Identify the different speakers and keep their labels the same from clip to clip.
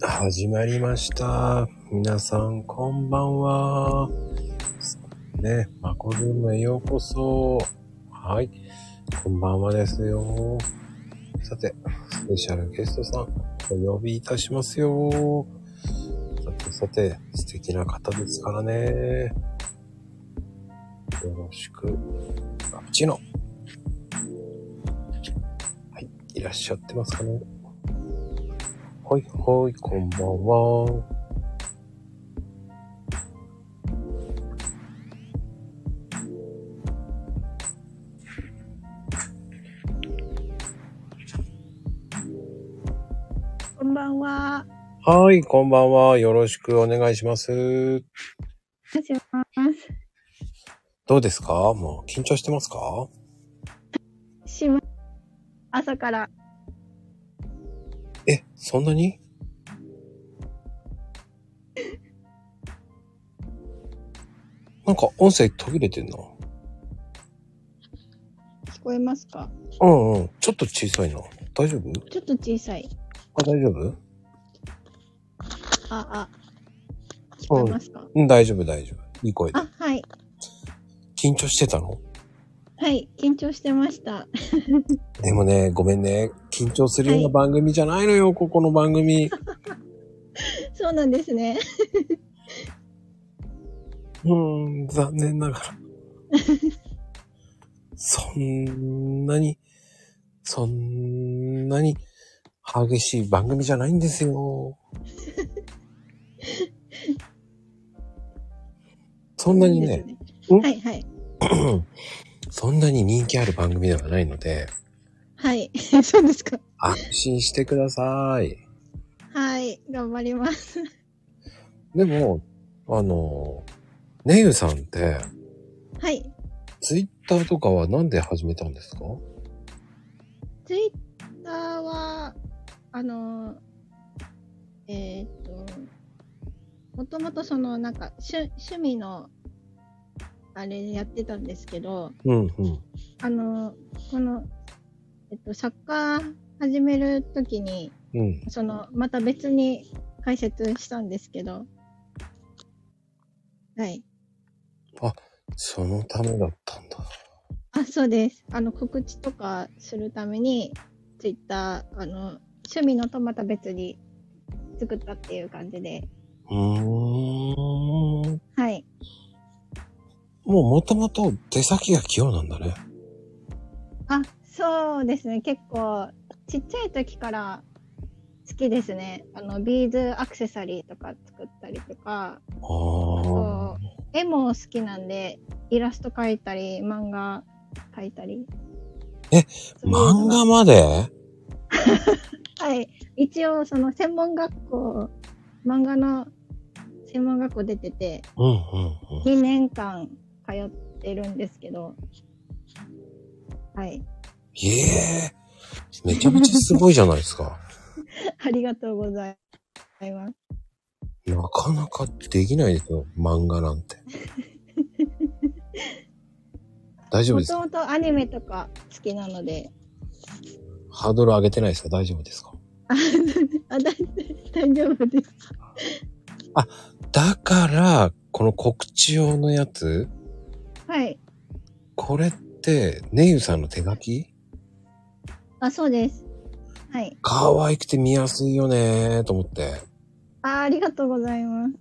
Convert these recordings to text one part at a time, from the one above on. Speaker 1: 始まりました。皆さん、こんばんは。ね、マコルームへようこそ。はい。こんばんはですよ。さて、スペシャルゲストさん、お呼びいたしますよ。さてさて、素敵な方ですからね。よろしく。あっちの。はい、いらっしゃってますかね。はいはい、こんばんは。
Speaker 2: こんばんは。
Speaker 1: はい、こんばんは。よろしくお願いします。
Speaker 2: はじめます。
Speaker 1: どうですかもう緊張してますか
Speaker 2: しま、朝から、
Speaker 1: え、そんなになんか音声途切れてんな。
Speaker 2: 聞こえますか
Speaker 1: うんうん。ちょっと小さいな。大丈夫
Speaker 2: ちょっと小さい。
Speaker 1: あ、大丈夫
Speaker 2: あ、あ、聞こえますか、
Speaker 1: うん、大丈夫、大丈夫。いい声で。
Speaker 2: あ、はい。
Speaker 1: 緊張してたの
Speaker 2: はい、緊張してました。
Speaker 1: でもね、ごめんね。緊張するような番組じゃないのよ、ここの番組。
Speaker 2: そうなんですね。
Speaker 1: うん、残念 ながら。そんなに、そんなに激しい番組じゃないんですよ。 そんなにね、
Speaker 2: そうんなんですね。はい、はい。
Speaker 1: そんなに人気ある番組ではないので、
Speaker 2: はい。 そうですか。
Speaker 1: 安心してください。
Speaker 2: はい、頑張ります。
Speaker 1: でも、あの、ねゆさんって、
Speaker 2: はい。
Speaker 1: ツイッターとかはなんで始めたんですか
Speaker 2: ツイッターは、あの、えーっと、もともとその、なんか、趣趣味の、あれでやってたんですけど、
Speaker 1: うん、うん。
Speaker 2: あの、この、えっと、サッカー始めるときに、
Speaker 1: うん。
Speaker 2: その、また別に解説したんですけど、はい。
Speaker 1: そのためだったんだ。
Speaker 2: あ、そうです。あの、告知とかするために、ツイッター、あの、趣味のとまた別に作ったっていう感じで、
Speaker 1: うーん。
Speaker 2: はい。
Speaker 1: もうもともと手先が器用なんだね。
Speaker 2: あ、そうですね。結構、ちっちゃい時から好きですね。あの、ビーズアクセサリーとか作ったりと
Speaker 1: あ
Speaker 2: か、
Speaker 1: あ
Speaker 2: そ。う絵も好きなんでイラスト描いたり漫画描いたり
Speaker 1: え
Speaker 2: そういう
Speaker 1: 漫
Speaker 2: のが
Speaker 1: 画まで
Speaker 2: はい一応その専門学校漫画の専門学校出てて
Speaker 1: うんうんうん。
Speaker 2: 2年間通ってるんですけどはい
Speaker 1: ええめちゃめちゃすごいじゃないですか。
Speaker 2: ありがとうございます
Speaker 1: なかなかできないですよ、漫画なん て。大丈夫
Speaker 2: も
Speaker 1: です
Speaker 2: と
Speaker 1: か
Speaker 2: もとアニメとか好きなので
Speaker 1: ハードル上げてないですか大丈夫ですか
Speaker 2: あ大大丈夫です
Speaker 1: だから、この告知用のやつ、
Speaker 2: はい
Speaker 1: これって、ネユさんの手書き
Speaker 2: あそうですはい
Speaker 1: 可愛くて見やすいよねーと思って。
Speaker 2: あありがとうございます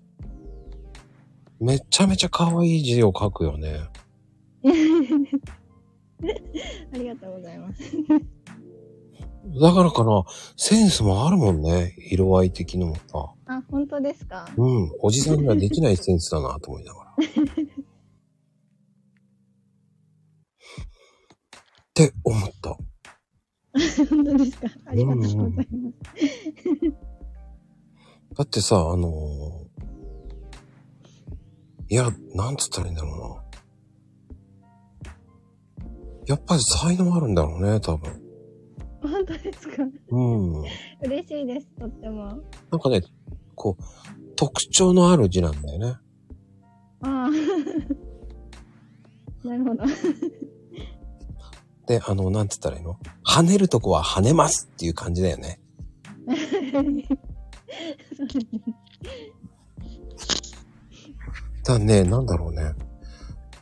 Speaker 1: めちゃめちゃ可愛い字を書くよね。
Speaker 2: ありがとうございます。
Speaker 1: だからかな、センスもあるもんね。色合い的にもさ。
Speaker 2: あ、本当ですか
Speaker 1: うん、おじさんにはできないセンスだなと思いながら。 って思った。
Speaker 2: 本当ですかありがとうございます。
Speaker 1: だってさ、あのーいや、なんつったらいいんだろうな。やっぱり才能あるんだろうね、多分。
Speaker 2: 本当ですか
Speaker 1: うん。
Speaker 2: 嬉しいです、とっても。
Speaker 1: なんかね、こう、特徴のある字なんだよね。
Speaker 2: ああ。 なるほど。
Speaker 1: で、あの、なんつったらいいの跳ねるとこは跳ねますっていう感じだよね。だね、なんだろうね。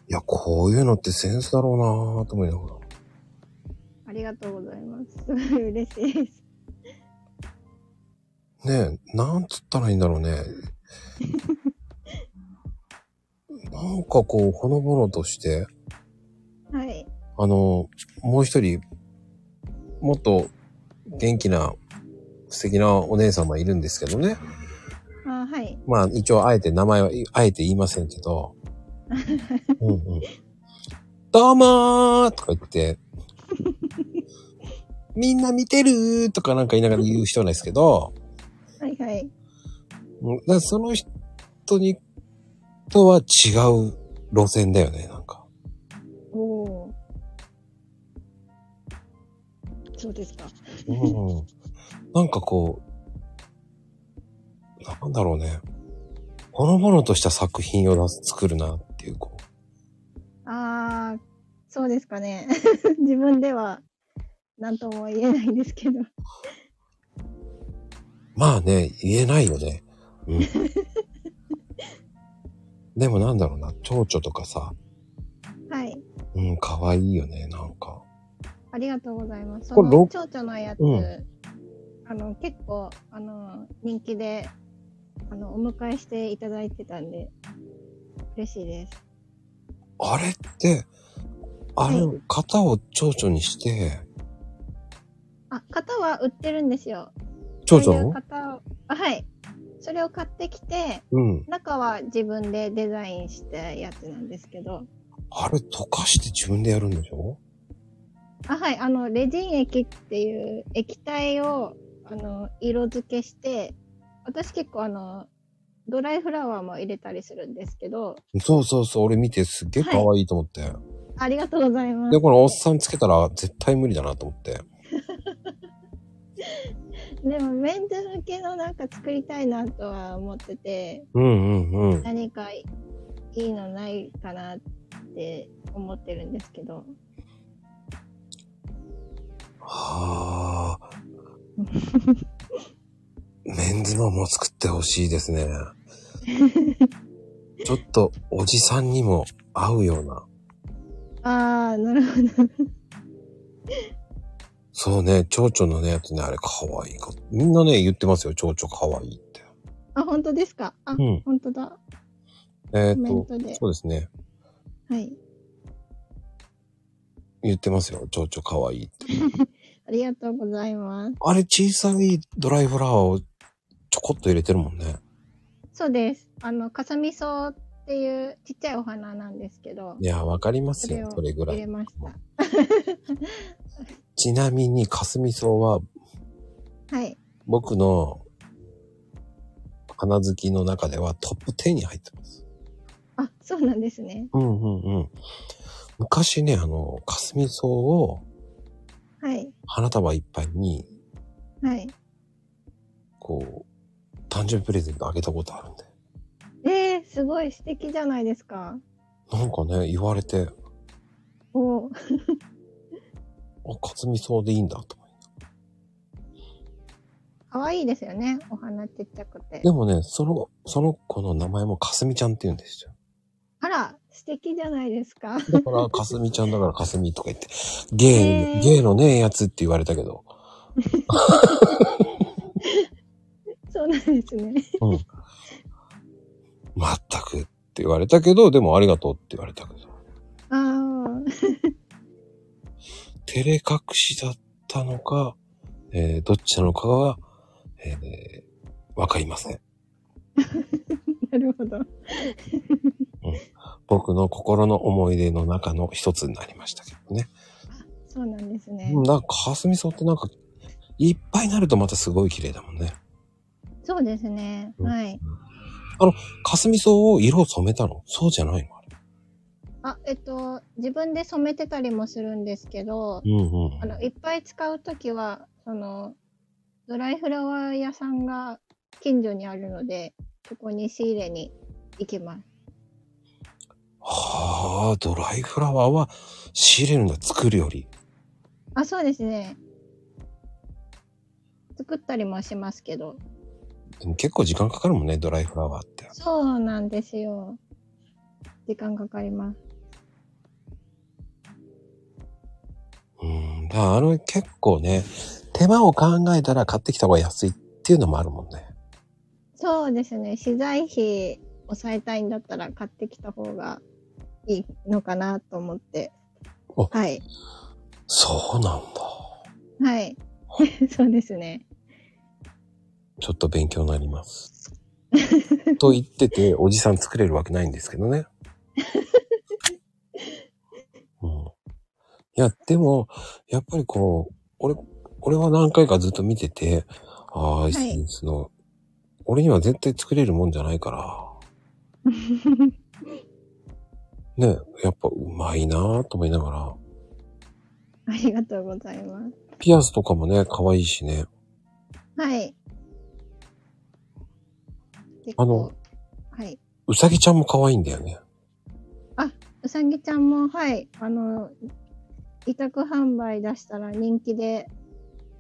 Speaker 1: いや、こういうのってセンスだろうなぁと思いながら。
Speaker 2: ありがとうございます。すごい嬉しいです。
Speaker 1: ねえ、なんつったらいいんだろうね。なんかこう、ほのぼのとして、
Speaker 2: はい。
Speaker 1: あの、もう一人、もっと元気な、素敵なお姉様いるんですけどね。
Speaker 2: あはい。
Speaker 1: まあ、一応、あえて名前は、あえて言いませんけど。うんうん。どうもーとか言って、みんな見てるーとかなんか言いながら言う人なんですけど、
Speaker 2: はいはい。
Speaker 1: うんだからその人に、とは違う路線だよね、なんか。
Speaker 2: おお。そうですか。
Speaker 1: うん。なんかこう、なんだろうね。ほのぼのとした作品を出す作るなっていう、こ
Speaker 2: ああ、そうですかね。 自分では何とも言えないんですけど。
Speaker 1: う。まあね、言えないよね。 うん。でもなんだろうな、蝶々とかさ、
Speaker 2: はい。
Speaker 1: うん、可愛いよね、なんか。
Speaker 2: ありがとうございます。
Speaker 1: こ
Speaker 2: こ
Speaker 1: れ
Speaker 2: れ
Speaker 1: ろ
Speaker 2: の蝶々のやつ、
Speaker 1: うん
Speaker 2: あの結構あの人気であのお迎えしていただいてたんで嬉しいです。
Speaker 1: あれって、あれ
Speaker 2: は、
Speaker 1: 型を蝶々にして、
Speaker 2: あ、型は売ってるんですよ。
Speaker 1: 蝶
Speaker 2: そういう
Speaker 1: 々を
Speaker 2: 型をあはい。それを買ってきて
Speaker 1: うん。
Speaker 2: 中は自分でデザインしたやつなんですけど、
Speaker 1: あれ溶かして自分でやるんでしょ
Speaker 2: あはいあのレジン液っていう液体をあの色付けして、私結構あのドライフラワーも入れたりするんですけど。
Speaker 1: そうそうそう、俺見てすっげえ可愛いと思って。
Speaker 2: ありがとうございます
Speaker 1: で、。このおっさんつけたら絶対無理だなと思って。
Speaker 2: でもメンズ向けのなんか作りたいなとは思ってて、
Speaker 1: うんうんうん。
Speaker 2: 何かいいのないかなって思ってるんですけど。
Speaker 1: はあ。メンズのも作ってほしいです ね。ちょっとおじさんにも合うような。
Speaker 2: ああ、なるほど。
Speaker 1: そうね、蝶々のね、やつね、あれ可愛いか。みんなね、言ってますよ、蝶々可愛いって。
Speaker 2: あ、本当ですかあ、
Speaker 1: うん
Speaker 2: 本当だ。
Speaker 1: え
Speaker 2: コ
Speaker 1: っ、
Speaker 2: メン
Speaker 1: と、
Speaker 2: トで。
Speaker 1: そうですね。
Speaker 2: はい。
Speaker 1: 言ってますよ、蝶々可愛いって。
Speaker 2: ありがとうございます。
Speaker 1: あれ小さいドライフラワーをちょこっと入れてるもんね。
Speaker 2: そうです。あの、かさみそうっていうちっちゃいお花なんですけど
Speaker 1: い、や、わかります
Speaker 2: それ
Speaker 1: よ
Speaker 2: を、
Speaker 1: それぐら
Speaker 2: 入れ
Speaker 1: い。
Speaker 2: ました。
Speaker 1: ちなみに、かすみ草は
Speaker 2: はい。
Speaker 1: 僕の花好きの中ではトップ10に入ってます。
Speaker 2: あ、そうなんですね。
Speaker 1: うんうんうん。昔ね、あの、かすみ草を
Speaker 2: はい。
Speaker 1: 花束いっぱいに、
Speaker 2: はい。
Speaker 1: こう、誕生日プレゼントあげたことあるんで。
Speaker 2: えー、すごい素敵じゃないですか。
Speaker 1: なんかね、言われて、
Speaker 2: おー
Speaker 1: あ、かすみ草でいいんだと思い。
Speaker 2: 可愛いですよね。お花ちっちゃくて
Speaker 1: で。もね、その、その子の名前もかすみちゃんって言うんですよ。
Speaker 2: あら、素敵じゃないですか。
Speaker 1: だから、かすみちゃんだからかすみとか言って、ゲイ、
Speaker 2: へー
Speaker 1: ゲイのねえやつって言われたけど、
Speaker 2: そうなんですね。
Speaker 1: 全くって言われたけど、でもありがとうって言われたけど、
Speaker 2: あ
Speaker 1: 照れ隠しだったのか、えーどっちなのかは、えーわかりません。
Speaker 2: あ、なるほど。
Speaker 1: 僕の心の思い出の中の一つになりましたけどね。
Speaker 2: そうなんですね。
Speaker 1: うんなんか、かすみ草ってなんか、いっぱいになるとまたすごい綺麗だもんね。
Speaker 2: そうですね。
Speaker 1: うん
Speaker 2: はい。
Speaker 1: かすみ草を色を染めたのそうじゃないのあれ。
Speaker 2: あ、えっと、自分で染めてたりもするんですけど、
Speaker 1: うん
Speaker 2: あの、いっぱい使うときは、その、ドライフラワー屋さんが近所にあるので、そこに仕入れに行きます。
Speaker 1: はあ、ドライフラワーは仕入れるんだ、作るより。
Speaker 2: あ、そうですね。作ったりもしますけど。
Speaker 1: でも結構時間かかるもんね、ドライフラワーって。
Speaker 2: そうなんですよ。時間かかります。
Speaker 1: うん。だからあの結構ね、手間を考えたら買ってきた方が安いっていうのもあるもんね。
Speaker 2: そうですね。資材費抑えたいんだったら買ってきた方がいいのかなと思って。
Speaker 1: お
Speaker 2: はい。
Speaker 1: そうなんだ。
Speaker 2: はい。 そうですね。
Speaker 1: ちょっと勉強になります。と言ってて、おじさん作れるわけないんですけどね。うん、いや、でも、やっぱりこう、俺、俺は何回かずっと見てて、ああ、
Speaker 2: い
Speaker 1: その、俺には絶対作れるもんじゃないから、ね、やっぱうまいなぁと思いながら、
Speaker 2: ありがとうございます。
Speaker 1: ピアスとかもね、可愛いしね。
Speaker 2: はい。結
Speaker 1: あの
Speaker 2: 構、はい。
Speaker 1: うさぎちゃんも可愛いんだよね。
Speaker 2: うさぎちゃんも、はい。あの、委託販売出したら人気で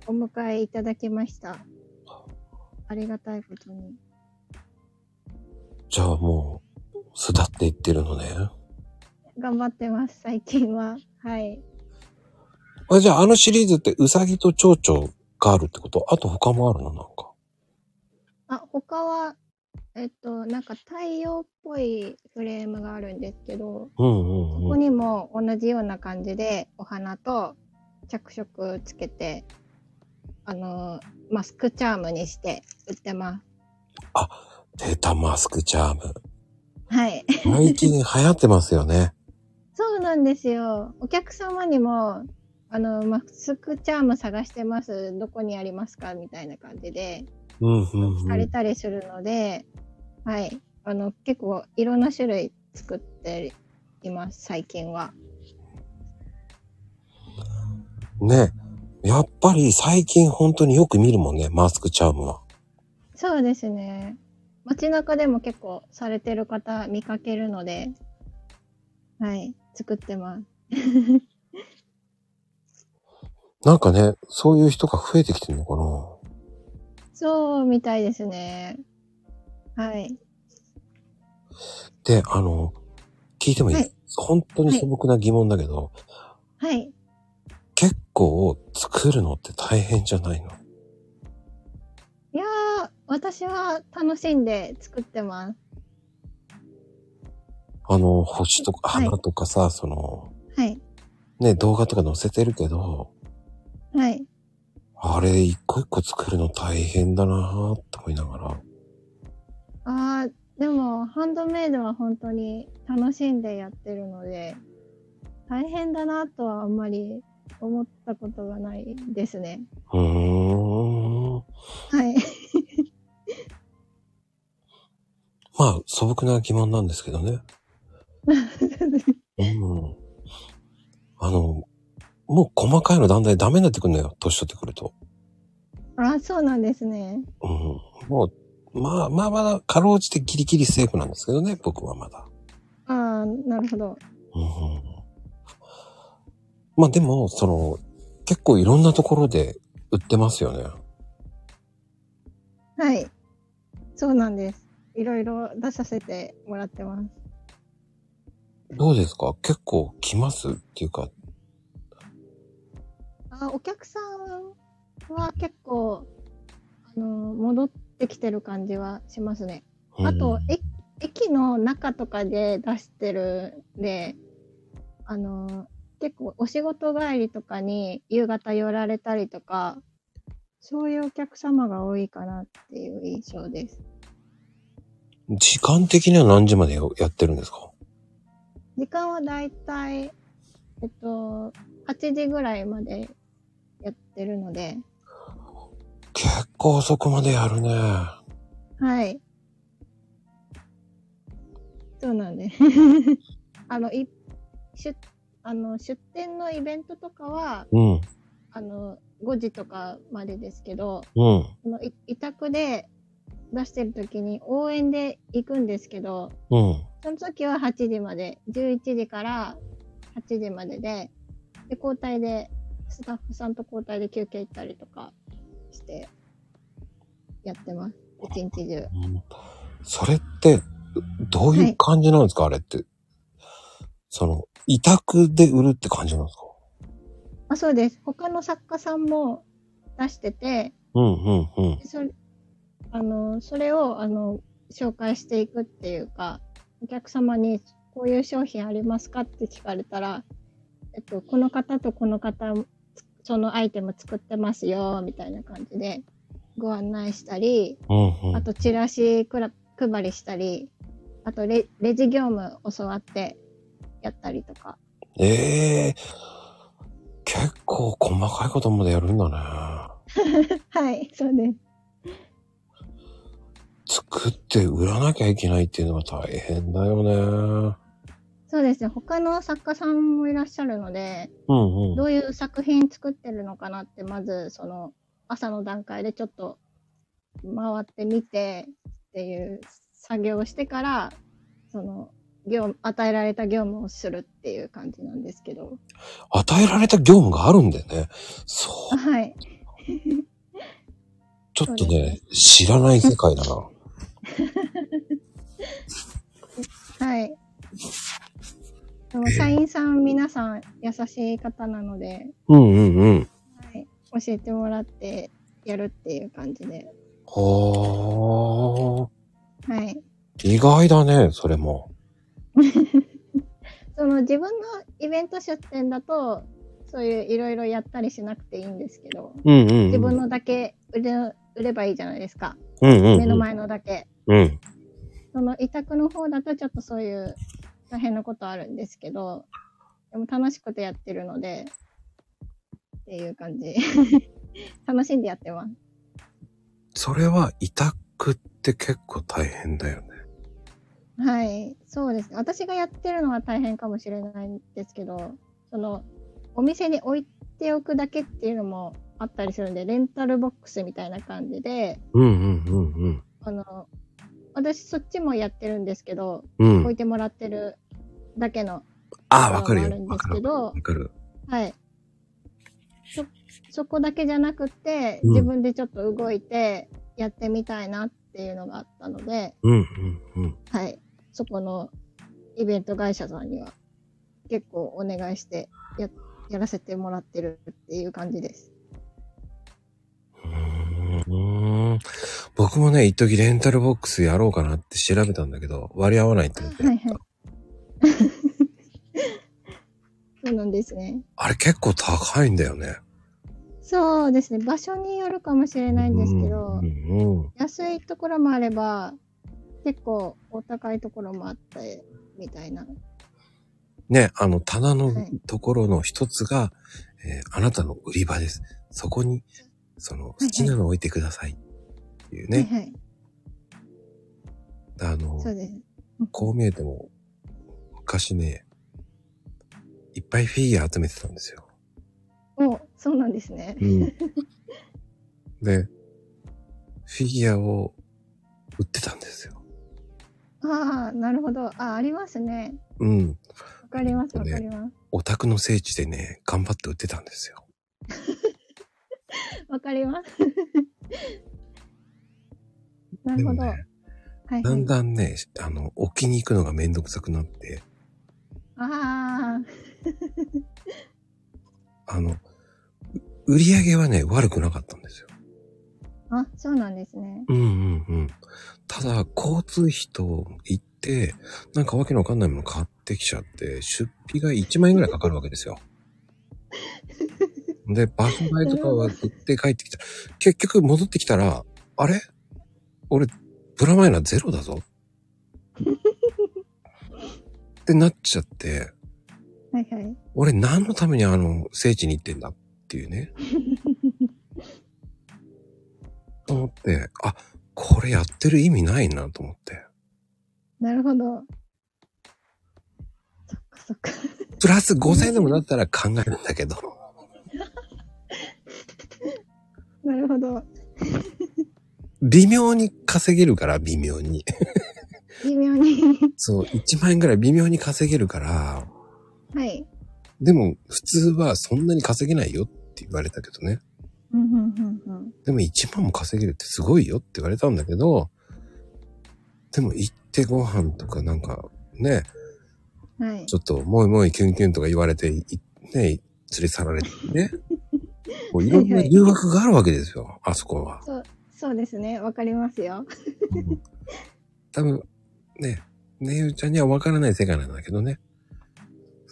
Speaker 2: お迎えいただきました。ありがたいことに。
Speaker 1: じゃあもう、巣立っていってるのね。
Speaker 2: 頑張ってます、最近は。はい。
Speaker 1: あ、じゃああのシリーズってウサギと蝶々があるってことあと他もあるのなんか。
Speaker 2: あ、他は、えっと、なんか太陽っぽいフレームがあるんですけ
Speaker 1: うん
Speaker 2: ど、そ
Speaker 1: うん
Speaker 2: こ
Speaker 1: うん。
Speaker 2: にも同じような感じでお花と着色つけて、あの、マスクチャームにして売ってます。
Speaker 1: 出たマスクチャーム。
Speaker 2: はい。
Speaker 1: 最近流行ってますよね。
Speaker 2: そうなんですよ。お客様にも、あの、マスクチャーム探してます。どこにありますかみたいな感じで。
Speaker 1: うんうん
Speaker 2: さ
Speaker 1: う
Speaker 2: れ
Speaker 1: ん。
Speaker 2: たりするので、はい。あの、結構いろんな種類作っています、最近は。
Speaker 1: ね。やっぱり最近本当によく見るもんね、マスクチャームは。
Speaker 2: そうですね。街中でも結構されてる方見かけるので、はい。作ってます。
Speaker 1: なんかね、そういう人が増えてきてるのかな
Speaker 2: そうみたいですね。はい。
Speaker 1: で、あの、聞いてもいい、
Speaker 2: はい
Speaker 1: 本当に素朴な疑問だけど、
Speaker 2: はい。
Speaker 1: 結構作るのって大変じゃないの
Speaker 2: いやー、私は楽しんで作ってます。
Speaker 1: あの、星とか
Speaker 2: はい
Speaker 1: 花とかさ、その、
Speaker 2: はい。
Speaker 1: ね、動画とか載せてるけど、
Speaker 2: はい。
Speaker 1: あれ、一個一個作るの大変だなぁって思いながら。
Speaker 2: ああ、でも、ハンドメイドは本当に楽しんでやってるので、大変だなとはあんまり思ったことがないですね。
Speaker 1: うーん。
Speaker 2: はい。
Speaker 1: まあ、素朴な疑問なんですけどね。うん。あの、もう細かいのだんだんダメになってくるのよ。年取ってくると。
Speaker 2: あそうなんですね。
Speaker 1: うん。もう、まあまあまだ、かろうじてギリギリセーフなんですけどね、僕はまだ。
Speaker 2: ああ、なるほど。
Speaker 1: うん。まあでも、その、結構いろんなところで売ってますよね。
Speaker 2: はい。そうなんです。いろいろ出させてもらってます。
Speaker 1: どうですか結構来ますっていうか、
Speaker 2: あお客さんは結構、あの戻ってきてる感じはしますね。あ
Speaker 1: う
Speaker 2: と
Speaker 1: ん、
Speaker 2: 駅駅の中とかで出してるんで、あの、結構お仕事帰りとかに夕方寄られたりとか、そういうお客様が多いかなっていう印象です。
Speaker 1: 時間的には何時までやってるんですか
Speaker 2: 時間はだいたい、えっと、8時ぐらいまでやってるので、
Speaker 1: 結構遅くまでやるね。
Speaker 2: はい。そうなんです。 あの、い、出、あの、出店のイベントとかは、
Speaker 1: うん、
Speaker 2: あの、5時とかまでですけど、
Speaker 1: うん、
Speaker 2: そのい委託で出してる時に応援で行くんですけど、
Speaker 1: うん。
Speaker 2: その時は8時まで、11時から8時までで、で、交代で、スタッフさんと交代で休憩行ったりとかして、やってます。一日中。
Speaker 1: うんそれって、どういう感じなんですか、あれって。その、委託で売るって感じなんですか
Speaker 2: あ、そうです。他の作家さんも出してて、
Speaker 1: うんうんうん。
Speaker 2: それあのそれをあの紹介していくっていうかお客様にこういう商品ありますかって聞かれたら、えっと、この方とこの方つそのアイテム作ってますよみたいな感じでご案内したり
Speaker 1: うんう
Speaker 2: あ
Speaker 1: ん。
Speaker 2: とチラシくら配りしたりあとレレジ業務教わってやったりとか
Speaker 1: ええ結構細かいことまでやるんだ
Speaker 2: はいそうです
Speaker 1: ね。作って売らなきゃいけないっていうのが大変だよね。
Speaker 2: そうですね他の作家さんもいらっしゃるので
Speaker 1: うんうん。
Speaker 2: どういう作品作ってるのかなって、まずその朝の段階でちょっと回ってみてっていう作業をしてから、その業務、与えられた業務をするっていう感じなんですけど。
Speaker 1: 与えられた業務があるんでね。そう、
Speaker 2: はい。
Speaker 1: ちょっと
Speaker 2: そうで
Speaker 1: ね、知らない世界だな。
Speaker 2: はい。でも社員さん皆さん優しい方なので、
Speaker 1: うんうんうん。
Speaker 2: はい、教えてもらってやるっていう感じで。
Speaker 1: はあ。
Speaker 2: はい。
Speaker 1: 意外だね、それも。
Speaker 2: その自分のイベント出店だと、そういういろいろやったりしなくていいんですけど、
Speaker 1: うんうん、うん。
Speaker 2: 自分のだけ売れ売ればいいじゃないですか。
Speaker 1: うんうんうん、
Speaker 2: 目の前のだけ。
Speaker 1: うん。
Speaker 2: その委託の方だとちょっとそういう大変なことあるんですけど、でも楽しくてやってるので、っていう感じ。 楽しんでやってます。
Speaker 1: それは委託って結構大変だよね。
Speaker 2: はい、そうですね。私がやってるのは大変かもしれないんですけど、その、お店に置いておくだけっていうのもあったりするんで、レンタルボックスみたいな感じで、
Speaker 1: うんうんうん
Speaker 2: あの、私そっちもやってるんですけど、
Speaker 1: うん。う
Speaker 2: 置い
Speaker 1: ん。
Speaker 2: てもらってるだけの、
Speaker 1: ああ、わかる
Speaker 2: ある
Speaker 1: よ。
Speaker 2: ん
Speaker 1: わ
Speaker 2: です
Speaker 1: かる
Speaker 2: け。ど
Speaker 1: わかる。
Speaker 2: はい。そ、そこだけじゃなくて、
Speaker 1: うん
Speaker 2: 自分でちょっと動いてやってみたいなっていうのがあったので、
Speaker 1: うんうんうん。
Speaker 2: はい。そこのイベント会社さんには結構お願いしてややらせてもらってるっていう感じです。
Speaker 1: うーん僕もね、一時レンタルボックスやろうかなって調べたんだけど、割り合わないって言って、
Speaker 2: はいはい。 そうなんですね。
Speaker 1: あれ結構高いんだよね。
Speaker 2: そうですね。場所によるかもしれないんですけど
Speaker 1: う、んうんうん、
Speaker 2: 安いところもあれば、結構お高いところもあって、みたいな。
Speaker 1: ね、あの、棚の
Speaker 2: はい
Speaker 1: ところの一つが、えーあなたの売り場です。そこに、その、
Speaker 2: いは
Speaker 1: 好
Speaker 2: い
Speaker 1: きなの置いてください。っていう
Speaker 2: はい
Speaker 1: ね。
Speaker 2: はい。
Speaker 1: あの、
Speaker 2: そうです。
Speaker 1: こう見えても、昔ね、いっぱいフィギュア集めてたんですよ。
Speaker 2: お、そうなんですね。
Speaker 1: で、フィギュアを売ってたんですよ。
Speaker 2: ああ、なるほど。あ、ありますね。
Speaker 1: うん。
Speaker 2: わかります、
Speaker 1: そう
Speaker 2: わ
Speaker 1: ね
Speaker 2: かります。
Speaker 1: オタクの聖地でね、頑張って売ってたんですよ。
Speaker 2: わかり ます。なるほど。
Speaker 1: で
Speaker 2: は
Speaker 1: もね
Speaker 2: い、
Speaker 1: だ
Speaker 2: は
Speaker 1: ん
Speaker 2: い。
Speaker 1: だんね、あの、置きに行くのがめんどくさくなって、
Speaker 2: ああ、
Speaker 1: あの、う売り上げはね、悪くなかったんですよ。
Speaker 2: あ、そうなんですね。
Speaker 1: うんうんうん。ただ、交通費と行って、なんかわけのわかんないもの買ってきちゃって、出費が1万円ぐらいかかるわけですよ。で、バス代とかは売って帰ってきた。結局戻ってきたら、あれ俺、プラマイナゼロだ ぞ。ってなっちゃって、
Speaker 2: はいはい。
Speaker 1: 俺何のためにあの聖地に行ってんだっていうね。と思って、あ、これやってる意味ないなと思って。
Speaker 2: なるほど。そっかそっか。
Speaker 1: プラス5000円でもなったら考えるんだけど。
Speaker 2: なるほど。
Speaker 1: 微妙に稼げるから、微妙に。
Speaker 2: 微妙に。
Speaker 1: そう、1万円ぐらい微妙に稼げるから、
Speaker 2: はい。
Speaker 1: でも普通はそんなに稼げないよって言われたけどね。
Speaker 2: うんうんうんうん。
Speaker 1: でも1万も稼げるってすごいよって言われたんだけど、でも行ってご飯とかなんかね、
Speaker 2: はい
Speaker 1: ち。ょっともいもいキュンキュンとか言われて、いね、連れ去られて ね。こういろんな誘惑があるわけですよ、あそこは。
Speaker 2: そう、そうですね。わかりますよ。
Speaker 1: うん多分、ね、ねゆうちゃんには分からない世界なんだけどね。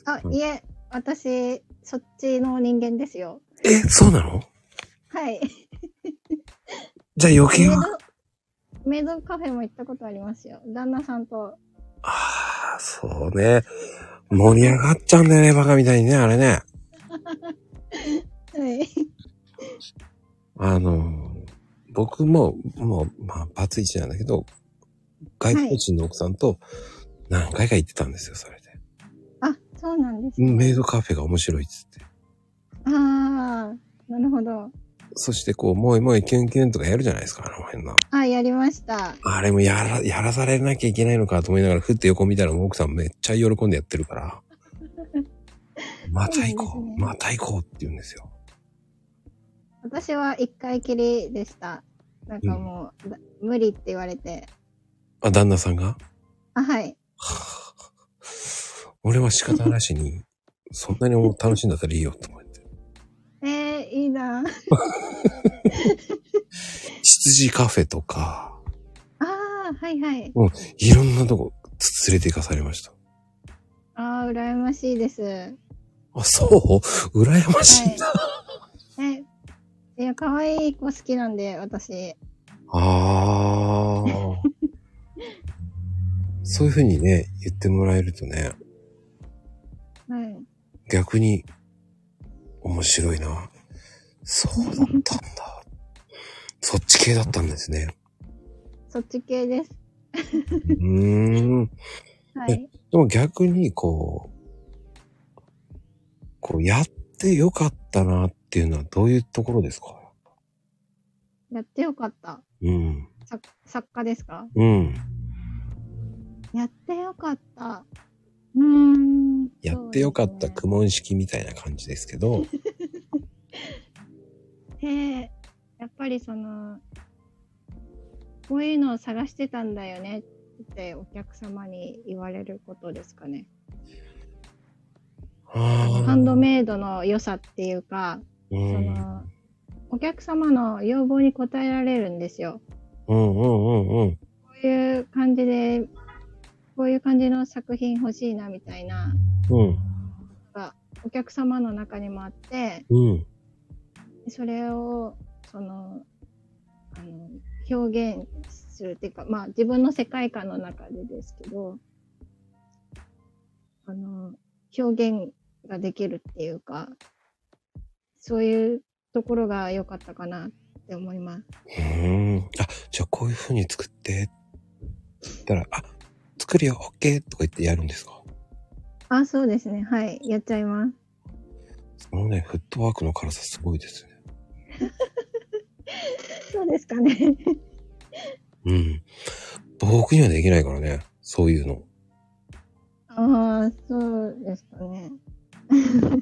Speaker 2: あ
Speaker 1: う、ん
Speaker 2: いえ、私、そっちの人間ですよ。
Speaker 1: え、そうなの
Speaker 2: はい。
Speaker 1: じゃあ余
Speaker 2: メイ
Speaker 1: 計
Speaker 2: ド
Speaker 1: は。、
Speaker 2: メイドカフェも行ったことありますよ。旦那さんと。
Speaker 1: ああ、そうね。盛り上がっちゃうんだよね、バカみたいにね、あれね。
Speaker 2: はい。
Speaker 1: あの、僕も、もう、まあ、バツイチなんだけど、外国人の奥さんと何回か行ってたんですよ、それで。
Speaker 2: あ、そうなんです、
Speaker 1: メイ
Speaker 2: ね。
Speaker 1: ドカフェが面白いっつって。
Speaker 2: ああ、なるほど。
Speaker 1: そしてこう、もいもいキュンキュンとかやるじゃないですか、あの辺の。
Speaker 2: あ、やりました。
Speaker 1: あれもやら、やらされなきゃいけないのかと思いながら、ふって横見たらもう奥さんめっちゃ喜んでやってるから、また行こ
Speaker 2: そう
Speaker 1: う、
Speaker 2: なんですね
Speaker 1: また行こうって言うんですよ。
Speaker 2: 私は一回きりでした。なんかもう、だ無理って言われて。
Speaker 1: あ、旦那さんが
Speaker 2: あ、はい。
Speaker 1: 俺は仕方なしに、そんなにも楽しいんだったらいいよと思って。
Speaker 2: えー、いいな。
Speaker 1: 羊カフェとか、
Speaker 2: ああ、はいはい。
Speaker 1: いろんなとこ連れて行かされました。
Speaker 2: ああ、羨ましいです。
Speaker 1: あ、そう羨ましいな。
Speaker 2: え、いや、可愛い子好きなんで、私。
Speaker 1: あ あ。そういうふうにね、言ってもらえるとね、
Speaker 2: はい。
Speaker 1: 逆に面白いな。そうだったんだ。そっち系だったんですね。
Speaker 2: そっち系です。
Speaker 1: うーん。
Speaker 2: はい。
Speaker 1: でも逆にこう、こうやってよかったなっていうのはどういうところですか
Speaker 2: やってよかった。
Speaker 1: うん。
Speaker 2: 作作家ですか
Speaker 1: うん。
Speaker 2: やってよかった。うーん。
Speaker 1: やってよかった
Speaker 2: そう
Speaker 1: 苦問式みたいな感じですけ ど、
Speaker 2: ですねでやっぱりその、こういうのを探してたんだよねってお客様に言われることですかね。ハ
Speaker 1: ハ
Speaker 2: ンドメイドの良さっていうか、
Speaker 1: う
Speaker 2: そ
Speaker 1: ん
Speaker 2: の、お客様の要望に応えられるんですよ。
Speaker 1: うんうんうんうん。
Speaker 2: こういう感じで、こういう感じの作品欲しいなみたいな、
Speaker 1: うん。
Speaker 2: お客様の中にもあって、
Speaker 1: うん。
Speaker 2: それを、その、あの、表現するっていうか、まあ自分の世界観の中でですけど、あの、表現ができるっていうか、そういうところが良かったかなって思います。
Speaker 1: うん。あ、じゃあこういう風に作って、たら、あ、作るよ、オッケーとか言ってやるんですか
Speaker 2: あ、そうですね。はい。やっちゃいます。
Speaker 1: そのね、フットワークの軽さすごいですね。
Speaker 2: そうですかね。
Speaker 1: うん。僕にはできないからね、そういうの。
Speaker 2: ああ、そうですかね。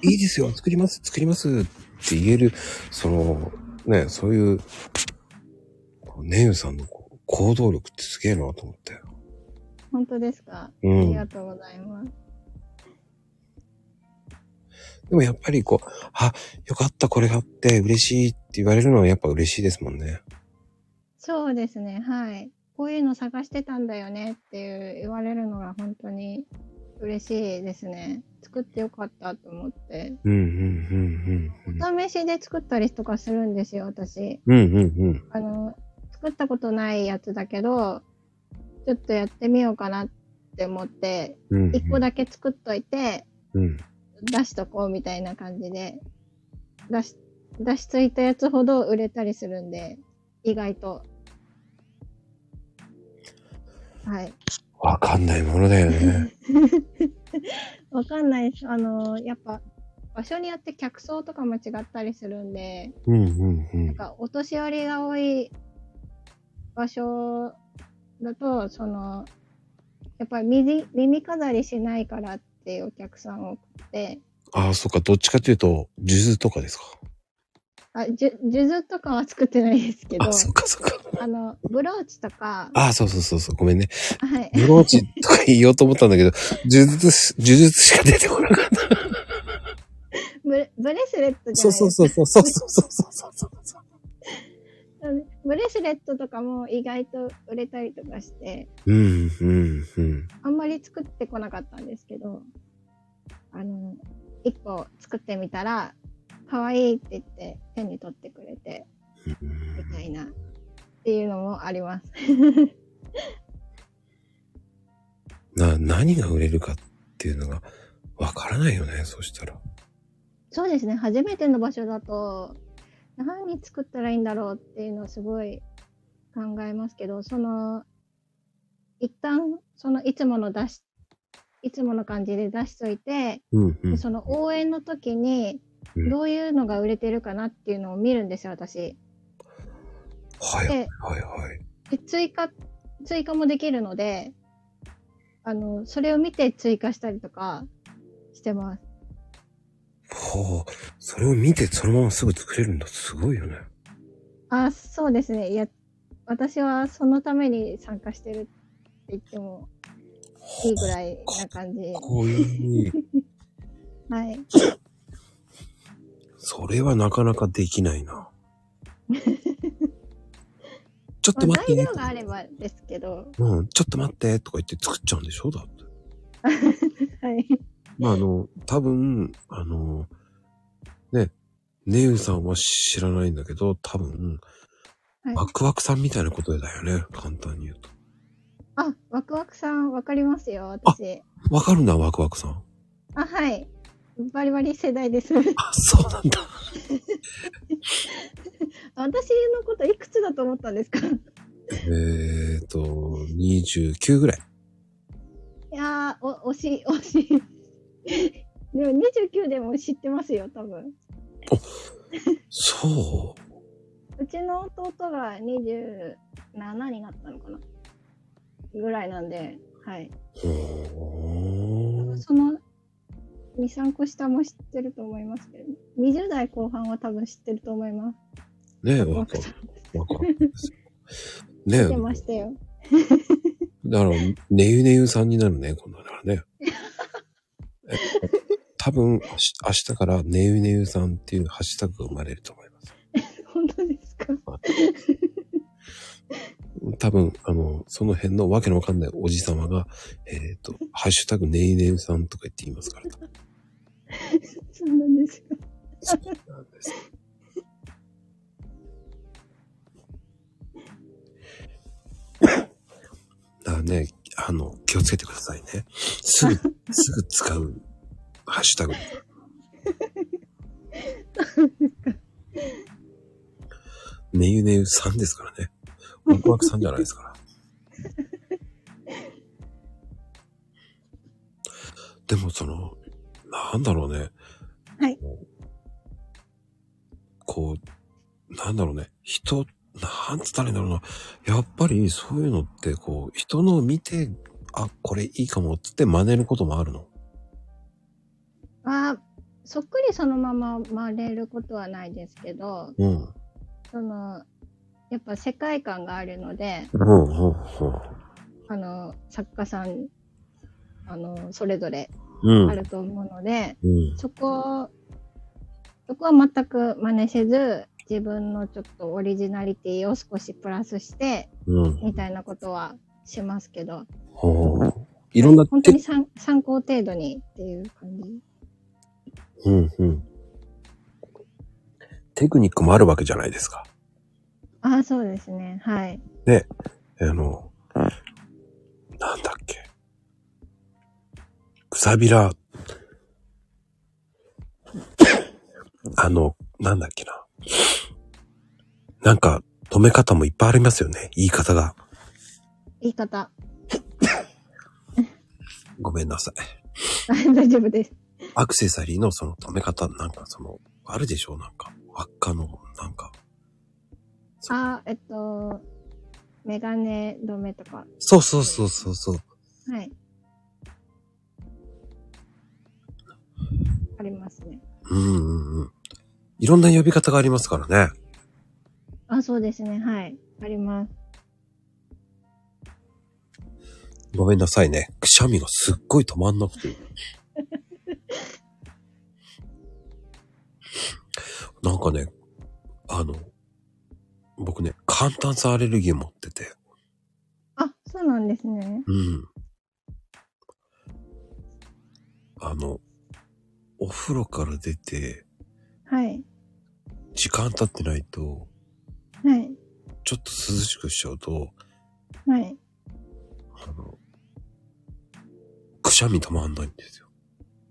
Speaker 1: いいですよ、作ります、作りますって言える、その、ね、そういう、こうねゆさんのこう行動力ってすげえなと思って。
Speaker 2: 本当ですか。
Speaker 1: う
Speaker 2: あ
Speaker 1: ん
Speaker 2: り。がとうございます。
Speaker 1: でもやっぱりこう、あ、よかった、これがあって嬉しいって言われるのはやっぱ嬉しいですもんね。
Speaker 2: そうですね。はい。こういうの探してたんだよねっていう言われるのが本当に嬉しいですね。作ってよかったと思って。
Speaker 1: うん、うん、うん、うん。
Speaker 2: お試しで作ったりとかするんですよ、私。
Speaker 1: うん、うん、うん。
Speaker 2: あの、作ったことないやつだけど、ちょっとやってみようかなって思って、
Speaker 1: うんうん
Speaker 2: 一個だけ作っといて、
Speaker 1: うん。
Speaker 2: 出しとこうみたいな感じで出し出しといたやつほど売れたりするんで意外とはい
Speaker 1: わかんないものだよね。
Speaker 2: わかんないですあのやっぱ場所によって客層とかも違ったりするんで
Speaker 1: うん、うん、う
Speaker 2: なん
Speaker 1: ん。
Speaker 2: かお年寄りが多い場所だとそのやっぱり耳耳飾りしないからっていうお客さん多くて
Speaker 1: ああ、そっか、どっちかというと、数珠とかですか。
Speaker 2: あ、じゅ、数珠とかは作ってないですけど、
Speaker 1: あ、そっかそっか。
Speaker 2: あの、ブローチとか、
Speaker 1: あ、そうそうそうそう、ごめんね。
Speaker 2: はい。
Speaker 1: ブローチとか言おうと思ったんだけど、呪術し、呪術しか出てこなかった。
Speaker 2: ブレブレスレットじ
Speaker 1: そう
Speaker 2: ゃないですか
Speaker 1: そうそうそうそうそうそうそうそうそう。
Speaker 2: うんブレスレットとかも意外と売れたりとかして、
Speaker 1: うん、うん、うん。
Speaker 2: あんまり作ってこなかったんですけど、あの、一個作ってみたら、可愛いって言って手に取ってくれて、みたいな、っていうのもあります。
Speaker 1: な、何が売れるかっていうのが、わからないよね、そしたら。
Speaker 2: そうですね、初めての場所だと、何作ったらいいんだろうっていうのをすごい考えますけど、その、一旦、そのいつもの出し、いつもの感じで出しといて、
Speaker 1: うん、う
Speaker 2: で
Speaker 1: ん。
Speaker 2: その応援の時に
Speaker 1: うん
Speaker 2: どういうのが売れてるかなっていうのを見るんですよ私
Speaker 1: はい、はい、
Speaker 2: で
Speaker 1: はい。
Speaker 2: で追加追加もできるのであのそれを見て追加したりとかしてます
Speaker 1: ほう。それを見て、そのまますぐ作れるんだ。すごいよね。
Speaker 2: あそうですねいや私はそのために参加してるって言ってもいいぐらいな感じ
Speaker 1: こういう、
Speaker 2: はい
Speaker 1: それはなかなかできないな。 ちょっと
Speaker 2: まあ
Speaker 1: 待って
Speaker 2: 材
Speaker 1: ね
Speaker 2: 料。があればですけど
Speaker 1: うん、ちょっと待ってとか言って作っちゃうんでしょだって。
Speaker 2: はい
Speaker 1: まああの、多分、あの、ね、ネウさんは知らないんだけど、多分、
Speaker 2: はい
Speaker 1: ワクワクさんみたいなことだよね。簡単に言うと。
Speaker 2: あワクワクさんわかりますよ私
Speaker 1: わかるな、ワクワクさん。
Speaker 2: あはいバリバリ世代です
Speaker 1: あ、そうなんだ。
Speaker 2: 私のこといくつだと思ったんですか い
Speaker 1: えっ、ー、と、29ぐらい。
Speaker 2: やー、お、惜しい、惜しい。でも29でも知ってますよ、多分。
Speaker 1: そう
Speaker 2: ちの弟が27になったのかなぐらいなんで、はい。
Speaker 1: う。ほー
Speaker 2: その2、3個下も知ってると思いますけど、20代後半は多分知ってると思います。
Speaker 1: ねえ、
Speaker 2: ワ
Speaker 1: ワク
Speaker 2: ク
Speaker 1: ワ
Speaker 2: さん
Speaker 1: ク。ワクワクですよ。
Speaker 2: 出
Speaker 1: ね
Speaker 2: ましたよ。
Speaker 1: え、だから、ねゆねゆさんになるね、今度ならね。え多分、明日明日からねゆねゆさんっていうハッシュタグが生まれると思います。
Speaker 2: 本当ですか
Speaker 1: 多分、あの、その辺のわけのわかんないおじさまが、えっ、と、ハッシュタグねいねいさんとか言って言いますから。
Speaker 2: そうなんですか
Speaker 1: そうなんです。だからね、あの、気をつけてくださいね。すぐ、すぐ使う、ハッシュタグ。ねゆねゆさんですからね。ワクワクさんじゃないですから。でもその、なんだろうね。
Speaker 2: はい
Speaker 1: こう、なんだろうね。人、なんつったらいいんだろうな。やっぱりそういうのって、こう、人のを見て、あ、これいいかもっつって真似ることもあるの。
Speaker 2: あー、そっくりそのまま真似ることはないですけど、
Speaker 1: うん。
Speaker 2: そのやっぱ世界観があるので
Speaker 1: うん、うん、うん。
Speaker 2: あの作家さんあのそれぞれ
Speaker 1: うん
Speaker 2: あると思うので、
Speaker 1: うん。
Speaker 2: そこそこは全く真似せず自分のちょっとオリジナリティを少しプラスして
Speaker 1: うん。
Speaker 2: みたいなことはしますけど
Speaker 1: ほういろんな
Speaker 2: 本当
Speaker 1: テ
Speaker 2: に参参考程度にっていう感じ
Speaker 1: うんうん。テクニックもあるわけじゃないですか。
Speaker 2: ああそうですねはい
Speaker 1: あの、なんだっけ。くさびら。あの、なんだっけな。なんか、止め方もいっぱいありますよね。言い方が。
Speaker 2: 言い方
Speaker 1: ごめんなさい。
Speaker 2: 大丈夫です
Speaker 1: アクセサリーのその止め方、なんかその、あるでしょなんか。輪っかの、なんか。
Speaker 2: ああえっとメガネ止めとか
Speaker 1: そうそうそうそうそう。
Speaker 2: はい。ありますね。
Speaker 1: うんうんうん。いろんな呼び方がありますからね。
Speaker 2: あ、そうですね。はい。あります。
Speaker 1: ごめんなさいね。くしゃみがすっごい止まんなくて。なんかね、あの、僕ね、寒暖差アレルギー持ってて。
Speaker 2: あ、そうなんですね。
Speaker 1: うん。あの、お風呂から出て、
Speaker 2: はい。
Speaker 1: 時間経ってないと、
Speaker 2: はい。
Speaker 1: ちょっと涼しくしちゃうと、
Speaker 2: はい。
Speaker 1: あの、くしゃみ止まんないんですよ。